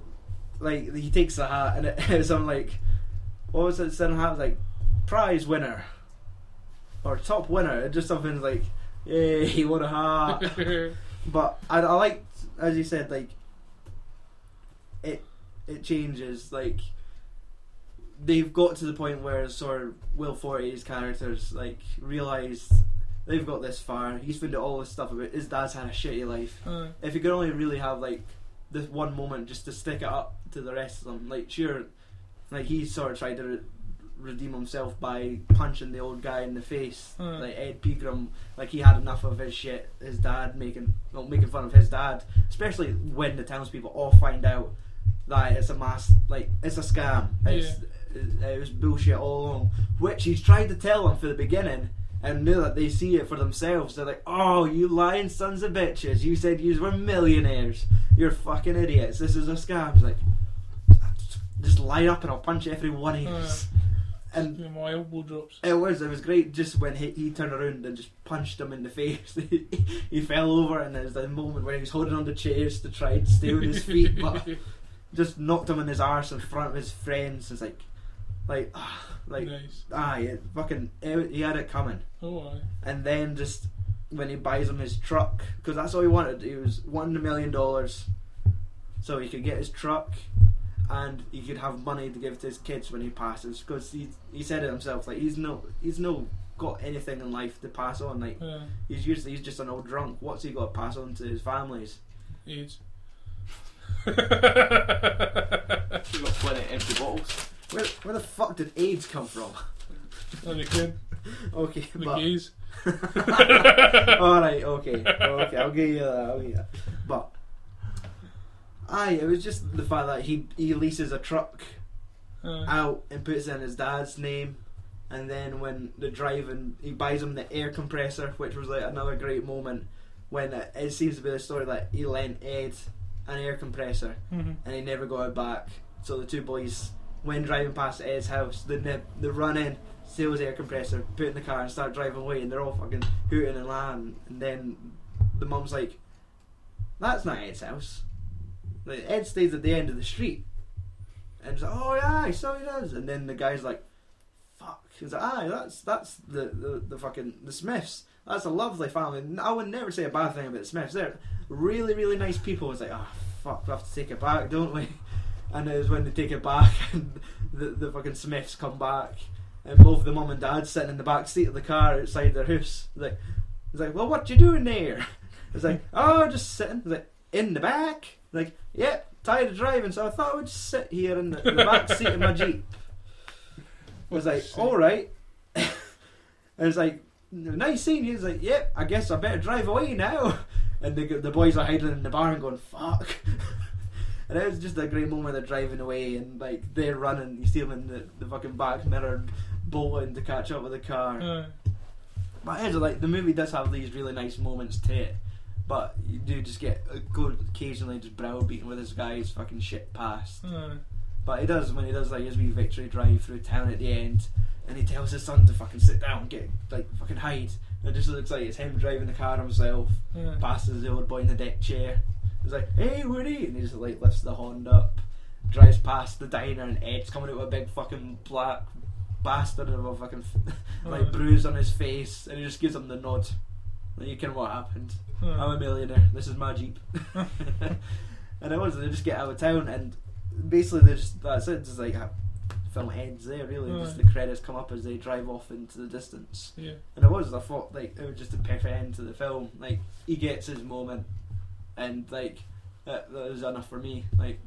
Speaker 1: like, he takes the hat, and it is, I'm like, what was it? Some hat, like, prize winner. Or top winner. It just something like, yay, he won a hat. but I, I liked, as you said, like, it it changes. Like, they've got to the point where sort of Will Forte's characters, like, realised they've got this far. He's found out all this stuff about his dad's had a shitty life
Speaker 2: Uh,
Speaker 1: if you could only really have like this one moment just to stick it up to the rest of them, like sure, like he sort of tried to re- redeem himself by punching the old guy in the face,
Speaker 2: Mm.
Speaker 1: like Ed Pegram, like he had enough of his shit, his dad making well, making fun of his dad, especially when the townspeople all find out that it's a mass, like it's a scam, it's, it, it was bullshit all along, which he's tried to tell them from the beginning. And now that they see it for themselves, they're like, "Oh, you lying sons of bitches! You said you were millionaires. You're fucking idiots. This is a scam." It's like, just line up and I'll punch every one of you. And
Speaker 2: yeah, my elbow drops.
Speaker 1: it was it was great just when he, he turned around and just punched him in the face. he fell over and there was the moment where he was holding on the chairs to try and stay on his feet, but just knocked him in his arse in front of his friends. It's like, like, ah, like,
Speaker 2: nice.
Speaker 1: aye, it fucking, it, he had it coming
Speaker 2: Oh, aye.
Speaker 1: and then just when he buys him his truck because that's all he wanted he was wanting a million dollars so he could get his truck and he could have money to give to his kids when he passes because he, he said it himself like he's no he's no got anything in life to pass on like
Speaker 2: Yeah.
Speaker 1: he's usually he's just an old drunk what's he got to pass on to his families
Speaker 2: AIDS.
Speaker 3: We've got plenty of empty bottles.
Speaker 1: where, where the fuck did AIDS come from
Speaker 2: and again,
Speaker 1: okay
Speaker 2: the
Speaker 1: but-
Speaker 2: gays.
Speaker 1: All right, okay, okay, I'll give you that. I'll give you that. But aye, it was just the fact that he he leases a truck
Speaker 2: Uh,
Speaker 1: out and puts it in his dad's name, and then when they're driving, he buys him the air compressor, which was like another great moment when it, it seems to be the story that he lent Ed an air compressor
Speaker 2: mhm.
Speaker 1: and he never got it back. So the two boys, when driving past Ed's house, they, nip, they run in, steal his air compressor, put it in the car, and start driving away. And they're all fucking hooting and laughing. And then the mum's like, "That's not Ed's house. Like, Ed stays at the end of the street." And it's like, "Oh yeah, so he does." And then the guy's like, "Fuck." He's like, "Aye, that's that's the the, the fucking the Smiths." That's a lovely family. I would never say a bad thing about the Smiths. They're really, really nice people. It's like, oh, fuck, we have to take it back, don't we? And it was when they take it back and the, the fucking Smiths come back and both the mum and dad sitting in the back seat of the car outside their house. It's like, it's like well, what you doing there? It's like, oh, just sitting. It's like, in the back? Like, yep, tired of driving, so I thought I would just sit here in the, the back seat of my Jeep. I was like, all right. and it's like, nice seeing you. It's like, yep, I guess I better drive away now. And the, the boys are hiding in the bar and going, fuck. and it was just a great moment. They're driving away and like they're running. You see them in the, the fucking back mirror bolting to catch up with the car.
Speaker 2: Uh,
Speaker 1: But it's like the movie does have these really nice moments to it, but you do just get uh, go occasionally just browbeaten with this guy's fucking shit past.
Speaker 2: uh,
Speaker 1: But he does when he does like his wee victory drive through town at the end, and he tells his son to fucking sit down, get like fucking hide. And it just looks like it's him driving the car himself,
Speaker 2: Yeah.
Speaker 1: passes the old boy in the deck chair. He's like, "Hey, Woody," and he just like lifts the horn up, drives past the diner, and Ed's coming out with a big fucking black bastard of a fucking like
Speaker 2: Alright.
Speaker 1: bruise on his face, and he just gives him the nod. Like, you can what happened.
Speaker 2: Yeah.
Speaker 1: I'm a millionaire. This is my jeep. and it was they just get out of town and basically they just that's it. Just like uh, film ends there really. Just
Speaker 2: Aye.
Speaker 1: the credits come up as they drive off into the distance.
Speaker 2: Yeah.
Speaker 1: And it was I thought like it was just a perfect end to the film. Like he gets his moment, and like that, that was enough for me. Like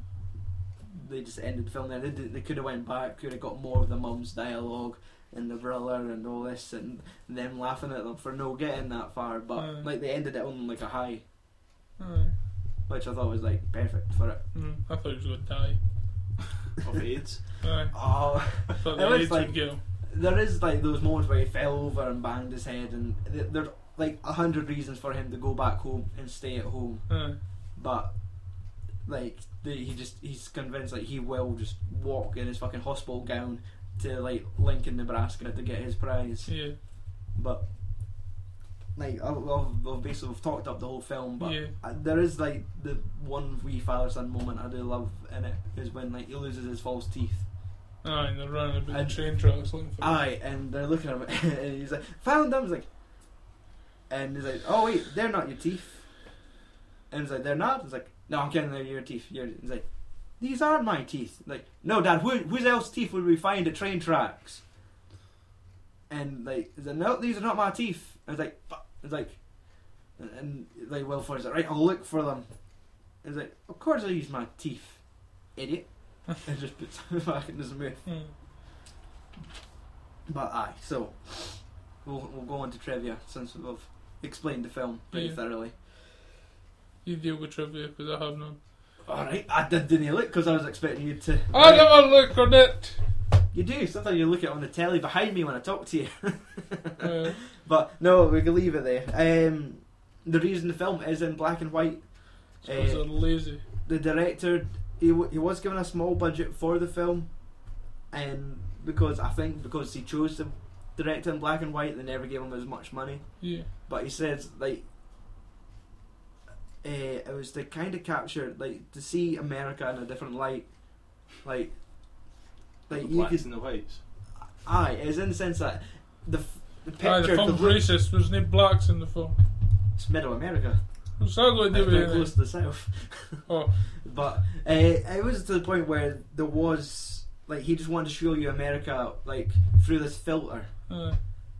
Speaker 1: they just ended the film there. They, did- they could have went back, could have got more of the mum's dialogue and the brother and all this, and them laughing at them for no getting that far. But
Speaker 2: Aye.
Speaker 1: like they ended it on like a high,
Speaker 2: Aye.
Speaker 1: which I thought was like perfect for it.
Speaker 2: Mm, I thought he was going to die.
Speaker 3: of AIDS.
Speaker 2: Aye.
Speaker 1: Oh,
Speaker 2: I thought
Speaker 1: It
Speaker 2: the
Speaker 1: was
Speaker 2: AIDS
Speaker 1: like-
Speaker 2: would get him.
Speaker 1: there is like those moments where he fell over and banged his head, and th- there's like a hundred reasons for him to go back home and stay at home.
Speaker 2: Aye.
Speaker 1: but like the, he just he's convinced like he will just walk in his fucking hospital gown to like Lincoln, Nebraska to get his prize.
Speaker 2: Yeah.
Speaker 1: But like I've, I've, I've basically we've talked up the whole film, but
Speaker 2: Yeah.
Speaker 1: I, there is like the one wee father son moment I do love in it is when like he loses his false teeth.
Speaker 2: Aye, and they're running about
Speaker 1: And-
Speaker 2: the train tracks looking for
Speaker 1: Aye, and they're looking at him, and he's like, "Found them." He's like, and he's like, "Oh wait, they're not your teeth." And he's like, "They're not." He's like, "No, I'm kidding. They're your teeth." Your-" He's like, "These aren't my teeth." Like, "No, Dad. Who, whose else teeth would we find at train tracks?" And like, he's like, "No, these are not my teeth." I was like, "But," he's like, and, and like Wilford's like, "Right, I'll look for them." He's like, "Of course I use my teeth, idiot." and just puts them back in his mouth.
Speaker 2: Mm.
Speaker 1: But aye, so we'll, we'll go on to trivia since we've explained the film pretty
Speaker 2: Yeah.
Speaker 1: thoroughly.
Speaker 2: You deal with trivia because I have none.
Speaker 1: Alright, I did, didn't look because I was expecting you to.
Speaker 2: I never look on it!
Speaker 1: You do, sometimes you look at it on the telly behind me when I talk to you.
Speaker 2: Aye.
Speaker 1: But no, we can leave it there. Um, the reason the film is in black and white,
Speaker 2: So uh,
Speaker 1: Eh,
Speaker 2: they're lazy.
Speaker 1: the director, he, w- he was given a small budget for the film, and because I think because he chose to direct in black and white, they never gave him as much money.
Speaker 2: Yeah.
Speaker 1: but he says like uh, it was to kind of capture like to see America in a different light, like like
Speaker 3: the
Speaker 1: you
Speaker 3: blacks
Speaker 1: could
Speaker 3: and the whites.
Speaker 1: aye, it's in the sense that the f- the picture
Speaker 2: Aye, the
Speaker 1: of the
Speaker 2: film's
Speaker 1: blue-
Speaker 2: racist. There's no blacks in the film.
Speaker 1: it's middle America,
Speaker 2: What's that going to
Speaker 1: it's
Speaker 2: do
Speaker 1: very
Speaker 2: with
Speaker 1: close
Speaker 2: anything?
Speaker 1: to the south.
Speaker 2: Oh,
Speaker 1: But uh, it was to the point where there was like he just wanted to show you America like through this filter.
Speaker 2: Oh, aye.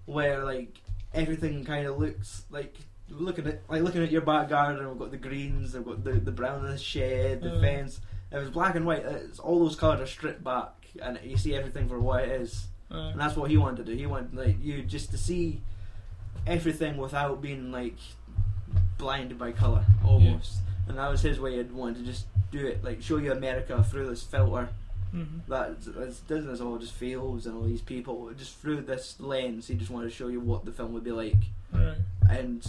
Speaker 1: where like everything kind of looks like looking at like looking at your back garden. We've got the greens, we've got the the brown of the shed, the
Speaker 2: Mm.
Speaker 1: fence. If it's black and white, it's all those colours are stripped back, and you see everything for what it is.
Speaker 2: aye.
Speaker 1: And that's what he wanted to do. He wanted like you just to see everything without being like blinded by colour almost. And that was his way. He'd wanted to just do it, like show you America through this filter
Speaker 2: Mhm.
Speaker 1: that that doesn't as all just feels and all these people just through this lens he just wanted to show you what the film would be like
Speaker 2: Right,
Speaker 1: and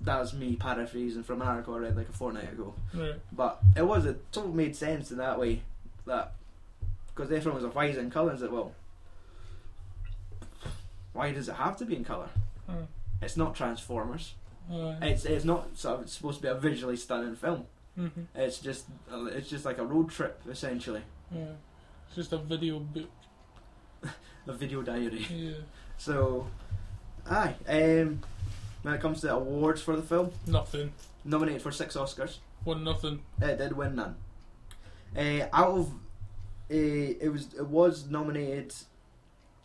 Speaker 1: that was me paraphrasing from an article I read like a fortnight ago
Speaker 2: right.
Speaker 1: but it was it sort of made sense in that way that because everyone was a white in colour and said well why does it have to be in colour
Speaker 2: Aye.
Speaker 1: it's not Transformers
Speaker 2: Aye.
Speaker 1: it's it's not sort of, it's supposed to be a visually stunning film
Speaker 2: Mhm.
Speaker 1: it's just it's just like a road trip essentially
Speaker 2: Aye. It's just a video book.
Speaker 1: a video diary
Speaker 2: Yeah.
Speaker 1: So, aye. Um, when it comes to awards for the film,
Speaker 2: Nothing.
Speaker 1: nominated for six Oscars,
Speaker 2: One nothing.
Speaker 1: it did win none. Uh, out of uh, it was it was nominated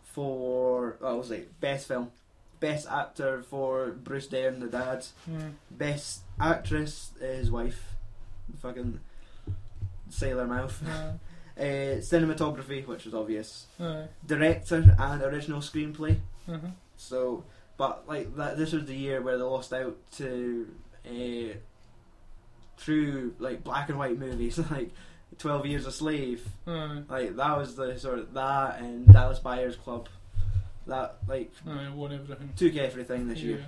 Speaker 1: for oh, what was it? Best film, best actor for Bruce Dern, the dad.
Speaker 2: Mm.
Speaker 1: Best actress, uh, his wife, fucking sailor
Speaker 2: Oh,
Speaker 1: mouth.
Speaker 2: Aye.
Speaker 1: Uh, cinematography, which was obvious.
Speaker 2: Aye.
Speaker 1: Director and original screenplay.
Speaker 2: Mhm.
Speaker 1: So, but like that, this was the year where they lost out to uh, true like black and white movies, like Twelve Years a Slave.
Speaker 2: Aye.
Speaker 1: Like that was the sort of that and Dallas Buyers Club. That like
Speaker 2: Aye. Won everything.
Speaker 1: took everything this year.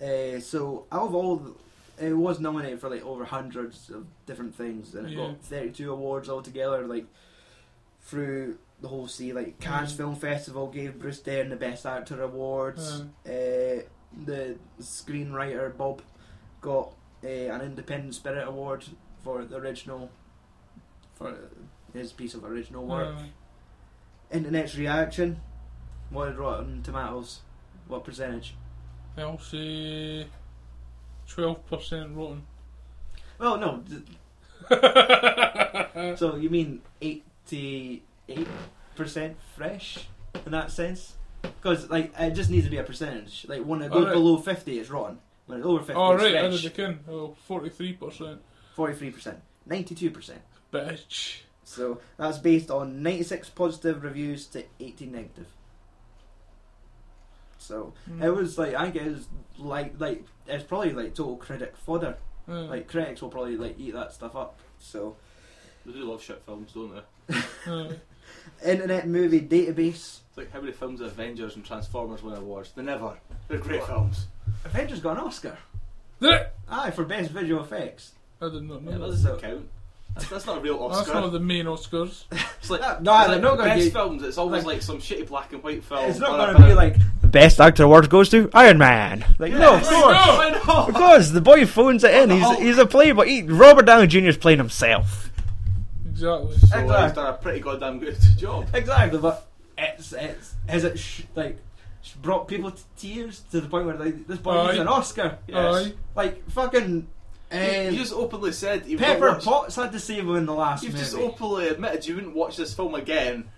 Speaker 2: Yeah.
Speaker 1: Uh, so Eh, out of all the, it was nominated for like over hundreds of different things, and it
Speaker 2: Yeah.
Speaker 1: got thirty-two awards altogether. Like through the whole sea, like Cannes
Speaker 2: Mm.
Speaker 1: Film Festival gave Bruce Dern the Best Actor awards. Uh, the screenwriter Bob got uh, an Independent Spirit Award for the original for his piece of original work.
Speaker 2: Aye. Hmm.
Speaker 1: Internet's reaction. What did Rotten Tomatoes? What percentage?
Speaker 2: I'll say twelve percent rotten.
Speaker 1: Well, no. th- So you mean eighty-eight percent fresh in that sense? Because like it just needs to be a percentage. Like when it goes
Speaker 2: Alright.
Speaker 1: below fifty, it's rotten. When it's over fifty,
Speaker 2: All
Speaker 1: it's
Speaker 2: Oh, right, I did the
Speaker 1: fresh.
Speaker 2: kin. Oh, 43 percent.
Speaker 1: Forty-three percent, ninety-two percent.
Speaker 2: Bitch.
Speaker 1: So that's based on ninety-six positive reviews to eighty negative. So
Speaker 3: Hmm.
Speaker 1: it was like I think it was like like it's probably like total critic fodder.
Speaker 3: Hmm.
Speaker 2: Mm.
Speaker 1: Like critics will probably like eat that stuff up. So
Speaker 3: They do love shit films, don't they?
Speaker 2: Aye.
Speaker 1: Internet Movie Database.
Speaker 3: It's like how many films of Avengers and Transformers win awards? They never. They're great films.
Speaker 1: Avengers got an Oscar.
Speaker 2: Did it?
Speaker 1: Aye, for best visual effects.
Speaker 2: I did not know.
Speaker 3: Yeah, that
Speaker 2: that.
Speaker 1: So-
Speaker 3: doesn't count. That's, that's not a real
Speaker 2: That's one
Speaker 3: Oscar.
Speaker 2: of the main Oscars.
Speaker 3: It's like,
Speaker 1: No, no,
Speaker 3: it's
Speaker 1: they're
Speaker 3: like
Speaker 1: not
Speaker 3: the
Speaker 1: gonna
Speaker 3: best
Speaker 1: be-
Speaker 3: films. It's always
Speaker 1: like-
Speaker 3: like, some shitty black and white film.
Speaker 1: it's not
Speaker 3: or a
Speaker 1: going to
Speaker 3: bit
Speaker 1: be
Speaker 3: of-
Speaker 1: like the best actor award goes to Iron Man. Like no, of
Speaker 3: Yeah,
Speaker 1: course,
Speaker 3: I know, Oh, I
Speaker 1: of
Speaker 3: know.
Speaker 1: course. The boy phones it in. He's
Speaker 3: Hulk.
Speaker 1: he's a playboy. He, Robert Downey Jr. is playing himself.
Speaker 2: Exactly.
Speaker 3: So
Speaker 1: Exactly.
Speaker 3: he's done a pretty goddamn good job.
Speaker 1: Exactly, but it's it's has it sh- like sh- brought people to tears to the point where like this boy needs
Speaker 2: Aye.
Speaker 1: an Oscar.
Speaker 3: Yes.
Speaker 1: Like fucking.
Speaker 3: You, you
Speaker 1: Uh,
Speaker 3: just openly said you wouldn't
Speaker 1: Pepper
Speaker 3: watch-
Speaker 1: Potts had to save him in the last
Speaker 3: You've
Speaker 1: movie.
Speaker 3: just openly admitted you wouldn't watch this film again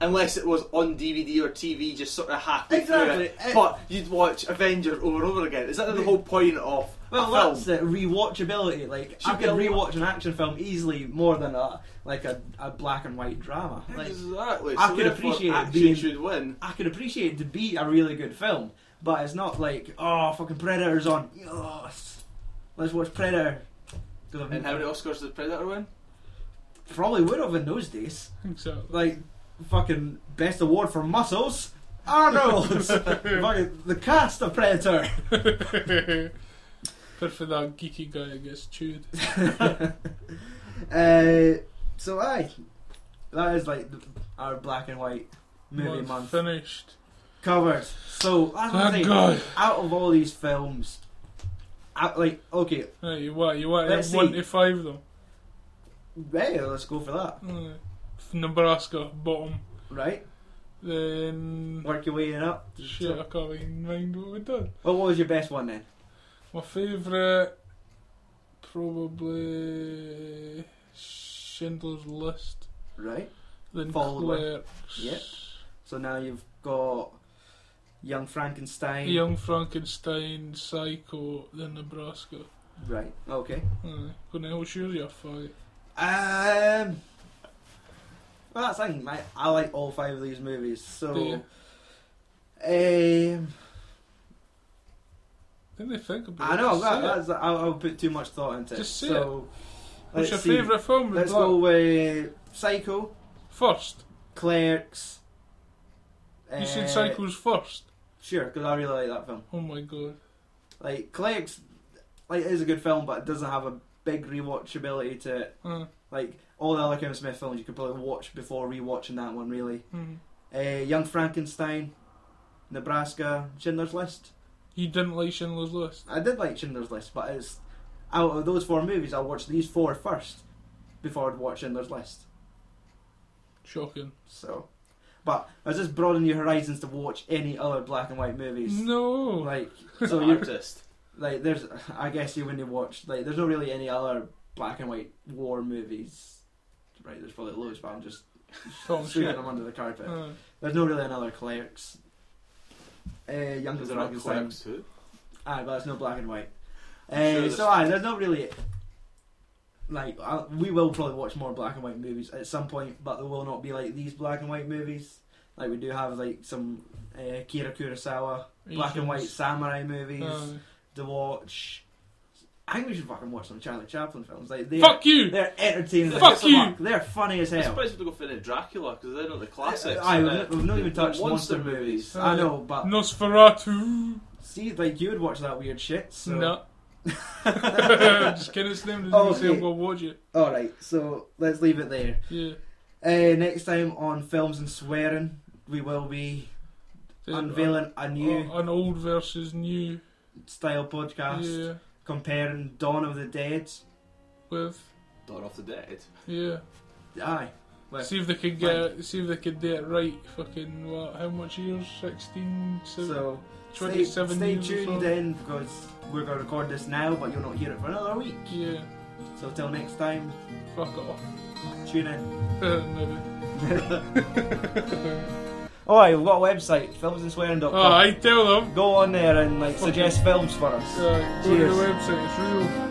Speaker 3: unless it was on DVD or TV, just sort of halfway through
Speaker 1: Exactly.
Speaker 3: it.
Speaker 1: It-
Speaker 3: But you'd watch Avengers over and over again. Is that the whole point of
Speaker 1: Well,
Speaker 3: a
Speaker 1: that's
Speaker 3: film?
Speaker 1: it. Rewatchability. Like
Speaker 3: Should
Speaker 1: I
Speaker 3: be
Speaker 1: can
Speaker 3: a lot-
Speaker 1: rewatch an action film easily more than a like a, a black and white drama. Like
Speaker 3: Exactly.
Speaker 1: I
Speaker 3: so
Speaker 1: could
Speaker 3: therefore
Speaker 1: appreciate it
Speaker 3: action
Speaker 1: being-
Speaker 3: should win.
Speaker 1: I could appreciate it to be a really good film, but it's not like oh fucking Predator's on. Yes, let's watch Predator. 'Cause I've-
Speaker 3: And how many Oscars did Predator win?
Speaker 1: Probably would have in those days.
Speaker 2: Exactly.
Speaker 1: Like fucking best award for muscles. Arnold, fucking the cast of Predator.
Speaker 2: But for that geeky guy that gets chewed.
Speaker 1: uh, so aye, that is like the, our black and white movie
Speaker 2: Month
Speaker 1: month.
Speaker 2: Finished.
Speaker 1: covered. So that's what I'm
Speaker 2: Thank
Speaker 1: saying.
Speaker 2: God.
Speaker 1: Out of all these films, out, like okay,
Speaker 2: Right, you what? You what?
Speaker 1: Let's
Speaker 2: Have one
Speaker 1: see.
Speaker 2: to five though.
Speaker 1: yeah, let's go for that,
Speaker 2: Aye. Mm. Nebraska bottom.
Speaker 1: right?
Speaker 2: Then
Speaker 1: Work your way in up.
Speaker 2: shit, I can't even mind what we done.
Speaker 1: Well, what was your best one then?
Speaker 2: My favourite, probably Schindler's List.
Speaker 1: Right.
Speaker 2: Then
Speaker 1: Followed by-
Speaker 2: Clerks.
Speaker 1: Yep. So now you've got Young Frankenstein.
Speaker 2: Young Frankenstein, Psycho, then Nebraska.
Speaker 1: Right. Okay.
Speaker 2: Aye. When else yours your fight?
Speaker 1: Um. Well, that's the thing. My, I like all five of these movies. So.
Speaker 2: Do
Speaker 1: Um.
Speaker 2: Didn't they think about
Speaker 1: I
Speaker 2: it?
Speaker 1: know
Speaker 2: Just
Speaker 1: that.
Speaker 2: say it.
Speaker 1: That's, I'll, I'll put too much thought into it.
Speaker 2: Just say
Speaker 1: so,
Speaker 2: What's your
Speaker 1: let's see.
Speaker 2: favourite film?
Speaker 1: Let's
Speaker 2: Black?
Speaker 1: go with Psycho,
Speaker 2: First.
Speaker 1: Clerks.
Speaker 2: You said
Speaker 1: uh,
Speaker 2: Psycho's first.
Speaker 1: Sure, because I really like that film.
Speaker 2: Oh my god.
Speaker 1: Like Clerks, like it is a good film, but it doesn't have a big rewatchability to it.
Speaker 2: Aye.
Speaker 1: Like all the other Kevin Smith films, you could probably watch before rewatching that one. Really,
Speaker 2: Hmm.
Speaker 1: uh, Young Frankenstein, Nebraska, Schindler's List.
Speaker 2: You didn't like Schindler's List.
Speaker 1: I did like Schindler's List, but it's out of those four movies, I watched these four first before I'd watch Schindler's List.
Speaker 2: Shocking.
Speaker 1: So, but I was just broadening your horizons to watch any other black and white movies.
Speaker 2: No.
Speaker 1: Like,
Speaker 3: So
Speaker 1: so
Speaker 3: an
Speaker 1: you're
Speaker 3: artist.
Speaker 1: like, there's, I guess you when you watch, like, there's not really any other black and white war movies. Right, there's probably loads, but I'm just
Speaker 2: Tom Uh.
Speaker 1: sweeping
Speaker 2: shit.
Speaker 1: them under the carpet.
Speaker 2: Aye.
Speaker 1: There's no really another Clerks. Uh, Young
Speaker 3: Is there not
Speaker 1: Frankenstein.
Speaker 3: Clerks too?
Speaker 1: Aye, but it's no black and white.
Speaker 3: I'm sure
Speaker 1: Uh,
Speaker 3: there's-
Speaker 1: so aye, there's not really like I, we will probably watch more black and white movies at some point, but there will not be like these black and white movies. Like we do have like some uh, Kira Kurosawa black and white
Speaker 2: Asians. Um. Uh,
Speaker 1: samurai movies
Speaker 2: Aye.
Speaker 1: to watch. I think we should fucking watch some Charlie Chaplin films. Like they,
Speaker 2: Fuck you!
Speaker 1: they're entertaining. as
Speaker 2: Fuck
Speaker 1: fuck.
Speaker 2: you!
Speaker 1: They're funny as
Speaker 3: I'm
Speaker 1: hell.
Speaker 3: surprised we don't go for any Dracula because they're not the classics.
Speaker 1: Aye, we've
Speaker 3: Uh,
Speaker 1: not- we've not even
Speaker 3: the
Speaker 1: touched monster, movies. I know, but
Speaker 2: Nosferatu.
Speaker 1: see, like you would watch that weird shit. So
Speaker 2: No. Just kidding, it's named as
Speaker 1: Oh,
Speaker 2: oh, okay.
Speaker 1: okay.
Speaker 2: I'm gonna watch it.
Speaker 1: All right, so let's leave it there.
Speaker 2: Yeah.
Speaker 1: Uh, next time on films and swearing, we will be unveiling a new
Speaker 2: an old versus new.
Speaker 1: style podcast
Speaker 2: Yeah.
Speaker 1: comparing Dawn of the Dead.
Speaker 2: With
Speaker 3: Dawn of the Dead.
Speaker 2: yeah.
Speaker 1: Aye, Right.
Speaker 2: See if they could get it, see if they could do it right. Fucking what? How much years? 16, so,
Speaker 1: so stay,
Speaker 2: 27
Speaker 1: stay
Speaker 2: years or
Speaker 1: tuned
Speaker 2: so.
Speaker 1: in because we're gonna record this now, but you'll not hear it for another week.
Speaker 2: Yeah.
Speaker 1: So till next time,
Speaker 2: Fuck off.
Speaker 1: tune in.
Speaker 2: Maybe.
Speaker 1: Oh, aye, we've got a website, filmsandswearing.com.
Speaker 2: Oh, I tell them.
Speaker 1: Go on there and like suggest films for us.
Speaker 2: Uh, go to
Speaker 1: Cheers.
Speaker 2: the website. It's real.